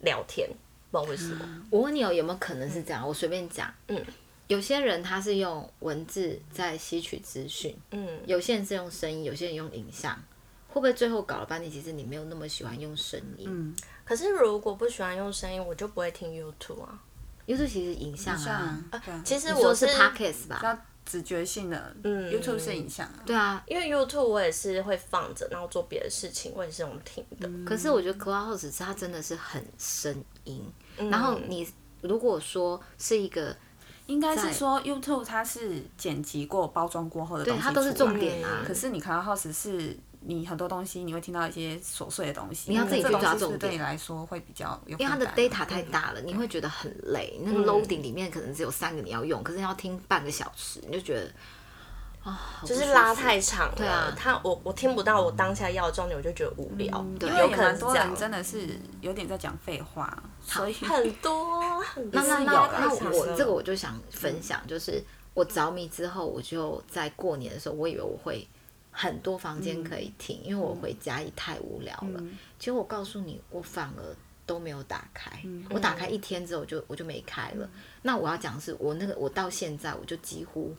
[SPEAKER 3] 聊天，不知道为什么。
[SPEAKER 1] 我问你哦，有没有可能是这样？我随便讲，
[SPEAKER 3] 嗯，
[SPEAKER 1] 有些人他是用文字在吸取资讯，
[SPEAKER 3] 嗯，
[SPEAKER 1] 有些人是用声音，有些人用影像，会不会最后搞了半天，其实你没有那么喜欢用声音？
[SPEAKER 2] 嗯，
[SPEAKER 3] 可是如果不喜欢用声音，我就不会听 YouTube 啊。
[SPEAKER 1] YouTube 其实影像啊，
[SPEAKER 2] 像对啊，
[SPEAKER 3] 其实
[SPEAKER 1] 你说
[SPEAKER 3] 我
[SPEAKER 1] 是 Podcast
[SPEAKER 2] 比
[SPEAKER 1] 吧？
[SPEAKER 2] 较直觉性的，
[SPEAKER 3] 嗯
[SPEAKER 2] y o u t u b e 是影像啊，
[SPEAKER 1] 对啊，
[SPEAKER 3] 因为 YouTube 我也是会放着，然后做别的事情，我也是用听的。
[SPEAKER 1] 可是我觉得 Clubhouse 它真的是很声音，然后你如果说是一个，
[SPEAKER 2] 应该
[SPEAKER 1] 在
[SPEAKER 2] 是说 YouTube 它是剪辑过、包装过后的东
[SPEAKER 1] 对，
[SPEAKER 2] 西，
[SPEAKER 1] 它都是重。点啊
[SPEAKER 3] 嗯，
[SPEAKER 2] 可是你 Clubhouse 是你很多东西，你会听到一些琐碎的东西，
[SPEAKER 1] 你要自己去
[SPEAKER 2] 那这
[SPEAKER 1] 抓
[SPEAKER 2] 东西是不
[SPEAKER 1] 重
[SPEAKER 2] 是
[SPEAKER 1] 点
[SPEAKER 2] 对你来说会比较有负
[SPEAKER 1] 因为
[SPEAKER 2] 担啊，
[SPEAKER 1] 它的 data 太大嗯了，你会觉得很累。那个 loading 里面可能只有三个你要用，可是要听半个小时，你就觉得啊，好
[SPEAKER 3] 就是
[SPEAKER 1] 不舒
[SPEAKER 3] 拉
[SPEAKER 1] 服
[SPEAKER 3] 太长了，
[SPEAKER 1] 对啊
[SPEAKER 3] 他我我听不到我当下要的重点，我就觉得无聊，
[SPEAKER 1] 嗯对
[SPEAKER 2] 因
[SPEAKER 3] 有
[SPEAKER 2] 为也
[SPEAKER 3] 可能
[SPEAKER 2] 蛮
[SPEAKER 3] 是
[SPEAKER 2] 多
[SPEAKER 3] 这样
[SPEAKER 2] 人，真的是有点在讲废话，所以
[SPEAKER 3] 很多很多
[SPEAKER 1] 那那
[SPEAKER 2] 是
[SPEAKER 1] 那
[SPEAKER 2] 有啦啊
[SPEAKER 1] 那
[SPEAKER 2] 是
[SPEAKER 1] 我
[SPEAKER 2] 有
[SPEAKER 1] 这个我就想分享，就是我着迷之后，我就在过年的时候，我以为我会很多房
[SPEAKER 2] 嗯
[SPEAKER 1] 间可以听，因为我回家也太无聊了。结果我告诉你，我反而都没有打开，
[SPEAKER 2] 嗯
[SPEAKER 1] 我打开一天之后我就我就没开了。那我要讲的是我那个我到现在我就几乎。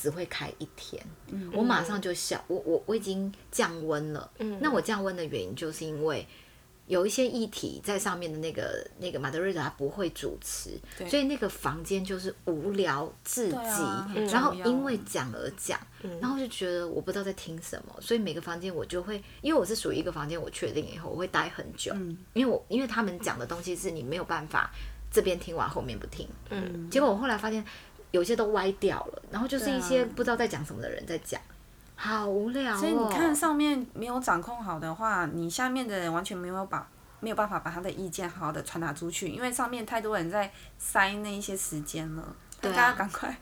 [SPEAKER 1] 只会开一天，
[SPEAKER 2] 嗯
[SPEAKER 1] 我马上就笑，我我我已经降温了。
[SPEAKER 2] 嗯
[SPEAKER 1] 那我降温的原因就是因为有一些议题在上面的那个那个马德瑞德他不会主持，所以那个房间就是无聊至极。
[SPEAKER 2] 对啊嗯很
[SPEAKER 1] 然后
[SPEAKER 2] 重要
[SPEAKER 1] 因为讲而讲，然后就觉得我不知道在听什么，所以每个房间我就会，因为我是属于一个房间，我确定以后我会待很久，
[SPEAKER 2] 嗯
[SPEAKER 1] 因为我因为他们讲的东西是你没有办法这边听完后面不听。
[SPEAKER 3] 嗯
[SPEAKER 1] 结果我后来发现有些都歪掉了，然后就是一些
[SPEAKER 2] 对啊
[SPEAKER 1] 不知道在讲什么的人在讲，好无聊、哦。
[SPEAKER 2] 所以你看上面没有掌控好的话，你下面的人完全没有把没有办法把他的意见好好的传达出去，因为上面太多人在塞那一些时间了，
[SPEAKER 1] 对啊
[SPEAKER 2] 大家赶快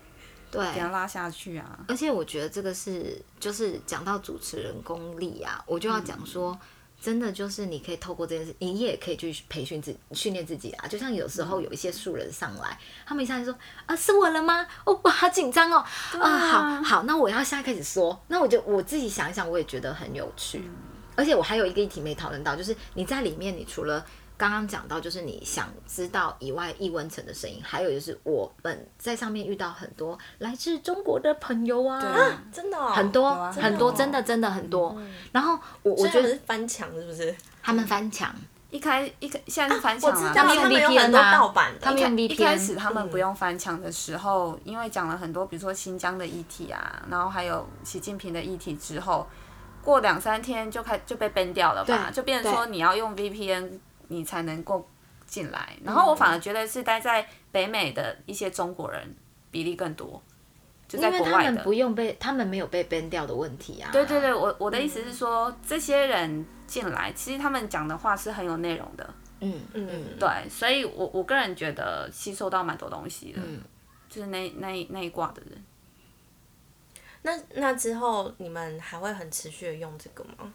[SPEAKER 1] 对
[SPEAKER 2] 给，他拉下去啊！
[SPEAKER 1] 而且我觉得这个是，就是讲到主持人功力啊，我就要讲说，真的就是你可以透过这件事，你也可以去培训自训练自己啊。就像有时候有一些素人上来，他们一下就说啊是我了吗？哦哇好紧张哦，啊好好，那我要现在开始说，那我就我自己想一想，我也觉得很有趣。而且我还有一个议题没讨论到，就是你在里面，你除了刚刚讲到，就是你想知道以外，易温层的声音，还有就是我们在上面遇到很多来自中国的朋友啊，
[SPEAKER 2] 对
[SPEAKER 3] 真的、哦、
[SPEAKER 1] 很多、
[SPEAKER 2] 有啊
[SPEAKER 1] 很多，真
[SPEAKER 2] 真的
[SPEAKER 1] 的真的很多。
[SPEAKER 3] 嗯
[SPEAKER 1] 然后我我
[SPEAKER 3] 所以他
[SPEAKER 1] 觉
[SPEAKER 3] 们
[SPEAKER 1] 得
[SPEAKER 3] 是翻墙是不是？
[SPEAKER 1] 他们翻墙，
[SPEAKER 2] 一开一开现在是翻
[SPEAKER 3] 我
[SPEAKER 2] 墙
[SPEAKER 3] 知
[SPEAKER 2] 啊，
[SPEAKER 3] 道
[SPEAKER 1] 们
[SPEAKER 3] 他
[SPEAKER 1] 用
[SPEAKER 3] 们有
[SPEAKER 1] VPN
[SPEAKER 3] 很多
[SPEAKER 1] 啊
[SPEAKER 3] 盗版的，
[SPEAKER 1] 他们
[SPEAKER 3] 一
[SPEAKER 1] 用
[SPEAKER 3] 开
[SPEAKER 1] VPN
[SPEAKER 2] 一开始他们不用翻墙的时候，因为讲了很多，比如说新疆的议题啊，然后还有习近平的议题之后，过两三天就开就被 ban 掉了吧，
[SPEAKER 1] 对
[SPEAKER 2] 就变成说你要用 VPN 你才能够进来。然后
[SPEAKER 1] 嗯
[SPEAKER 2] 我反而觉得是待在北美的一些中国人比例更多，就在
[SPEAKER 1] 因为
[SPEAKER 2] 国
[SPEAKER 1] 他
[SPEAKER 2] 外
[SPEAKER 1] 们
[SPEAKER 2] 的
[SPEAKER 1] 不。用被他们没有被 ban 掉的问题啊。
[SPEAKER 2] 对对对，我我的
[SPEAKER 1] 嗯
[SPEAKER 2] 意思是说，这些人进来，其实他们讲的话是很有内容的，
[SPEAKER 1] 嗯嗯
[SPEAKER 3] 嗯，
[SPEAKER 2] 对，所以我我个人觉得吸收到蛮多东西的，就是那那一那一挂的人。
[SPEAKER 3] 那那之后你们还会很持续的用这个吗？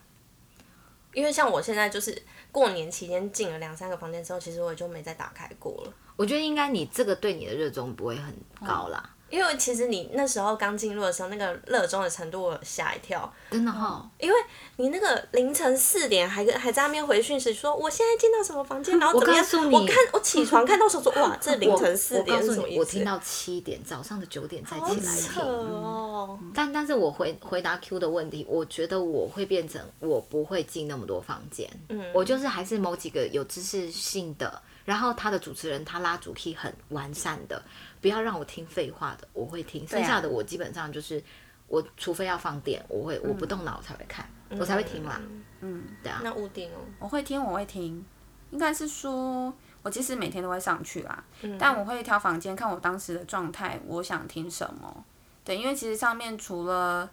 [SPEAKER 3] 因为像我现在就是过年期间进了两三个房间之后，其实我也就没再打开过了。
[SPEAKER 1] 我觉得应该你这个对你的热衷不会很高啦，
[SPEAKER 3] 因为其实你那时候刚进入的时候，那个热衷的程度我有吓一跳。
[SPEAKER 1] 真的哈。
[SPEAKER 3] 嗯你那个凌晨四点还跟还在那边回讯息说，我现在进到什么房间，然后怎么
[SPEAKER 1] 我
[SPEAKER 3] 样？
[SPEAKER 1] 告诉你
[SPEAKER 3] 我看我起床看到手说，哇，这凌
[SPEAKER 1] 我
[SPEAKER 3] 晨四
[SPEAKER 1] 我
[SPEAKER 3] 点
[SPEAKER 1] 告
[SPEAKER 3] 是
[SPEAKER 1] 诉
[SPEAKER 3] 什么
[SPEAKER 1] 你，
[SPEAKER 3] 意
[SPEAKER 1] 我
[SPEAKER 3] 思
[SPEAKER 1] 听？到七点，早上的九点再
[SPEAKER 3] 好
[SPEAKER 1] 起来嗯
[SPEAKER 3] 扯
[SPEAKER 1] 听。
[SPEAKER 3] 哦！
[SPEAKER 1] 但但是我回回答 Q 的问题，我觉得我会变成我不会进那么多房间，嗯，我就是还是某几个有知识性的，然后他的主持人他拉主题
[SPEAKER 2] 啊
[SPEAKER 1] 很完善的，不要让我听废话的，我会听，剩下的我基本上就是。我除非要放电，我会
[SPEAKER 2] 嗯
[SPEAKER 1] 我不动脑我才会看，我才会听啦。
[SPEAKER 3] 那屋顶哦，
[SPEAKER 2] 我会听，我会听，应该是说，我其实每天都会上去啦，但我会挑房间看我当时的状态，我想听什么。对，因为其实上面除了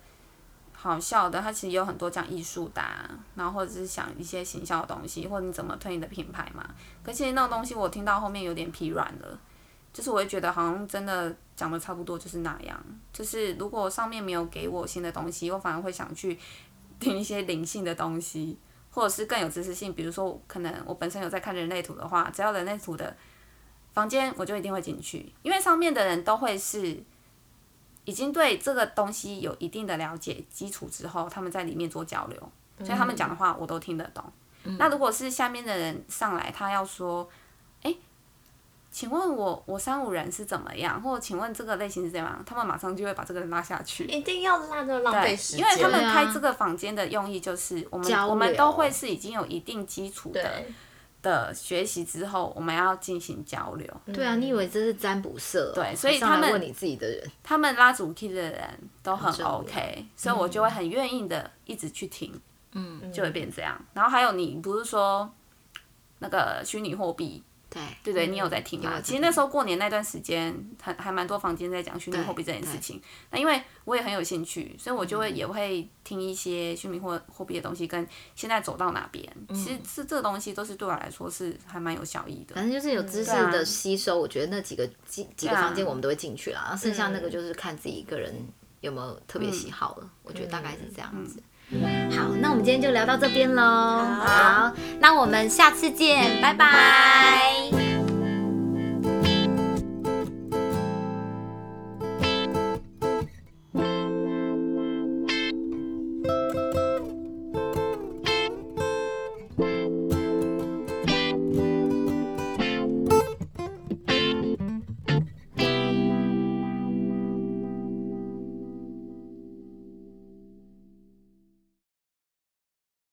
[SPEAKER 2] 好笑的，它其实有很多讲艺术的、啊，然后或者是想一些行销的东西，或者你怎么推你的品牌嘛。可其实那种东西我听到后面有点疲软了，就是我会觉得好像真的讲的差不多就是那样。就是如果上面没有给我新的东西，我反而会想去听一些灵性的东西。或者是更有知识性，比如说，可能我本身有在看人类图的话，只要人类图的房间，我就一定会进去，因为上面的人都会是已经对这个东西有一定的了解基础之后，他们在里面做交流，所以他们讲的话我都听得懂。那如果是下面的人上来，他要说，哎、请问我我三五人是怎么样，或者请问这个类型是怎么样，他们马上就会把这个人拉下去。
[SPEAKER 3] 一定要拉着浪费时
[SPEAKER 2] 因
[SPEAKER 3] 间，
[SPEAKER 2] 为他
[SPEAKER 1] 对
[SPEAKER 2] 们
[SPEAKER 1] 啊
[SPEAKER 2] 开这个房间的用意就是，我
[SPEAKER 1] 交
[SPEAKER 2] 们
[SPEAKER 1] 流
[SPEAKER 2] 我们都会是已经有一定基础的
[SPEAKER 3] 对
[SPEAKER 2] 的学习之后，我们要进行交流。
[SPEAKER 1] 对啊，你以为这是占卜社哦、
[SPEAKER 2] 嗯对所以
[SPEAKER 1] 上来
[SPEAKER 2] 他们
[SPEAKER 1] 问你自己的人，
[SPEAKER 2] 他们拉主 key 的人都很
[SPEAKER 1] 重要
[SPEAKER 2] OK，所以我
[SPEAKER 1] 嗯
[SPEAKER 2] 就会很愿意的一直去听，嗯，就会变这样。然后还有你不是说那个虚拟货币，
[SPEAKER 1] 对
[SPEAKER 2] 对不对？你有在听
[SPEAKER 1] 嗯有
[SPEAKER 2] 吗
[SPEAKER 1] 在？
[SPEAKER 2] 其实那时候过年那段时间，还还蛮多房间在讲虚拟货币这件事情。那因为我也很有兴趣，所以我
[SPEAKER 1] 嗯
[SPEAKER 2] 就会也会听一些虚拟货货币的东西，跟现在走到哪边，
[SPEAKER 1] 嗯
[SPEAKER 2] 其实这这个东西都是对我来说是还蛮有效益的
[SPEAKER 1] 反。正就是有知识
[SPEAKER 2] 对
[SPEAKER 1] 的
[SPEAKER 2] 啊
[SPEAKER 1] 吸收，我觉得那几个几几个
[SPEAKER 2] 对啊嗯
[SPEAKER 1] 房间我们都会进去啦，然后剩下那个就是看自己一个人有没有特别喜好
[SPEAKER 2] 嗯
[SPEAKER 1] 了。我觉得大概是这样子。好，那我们今天就聊到这边喽。好，那我们下次见，拜拜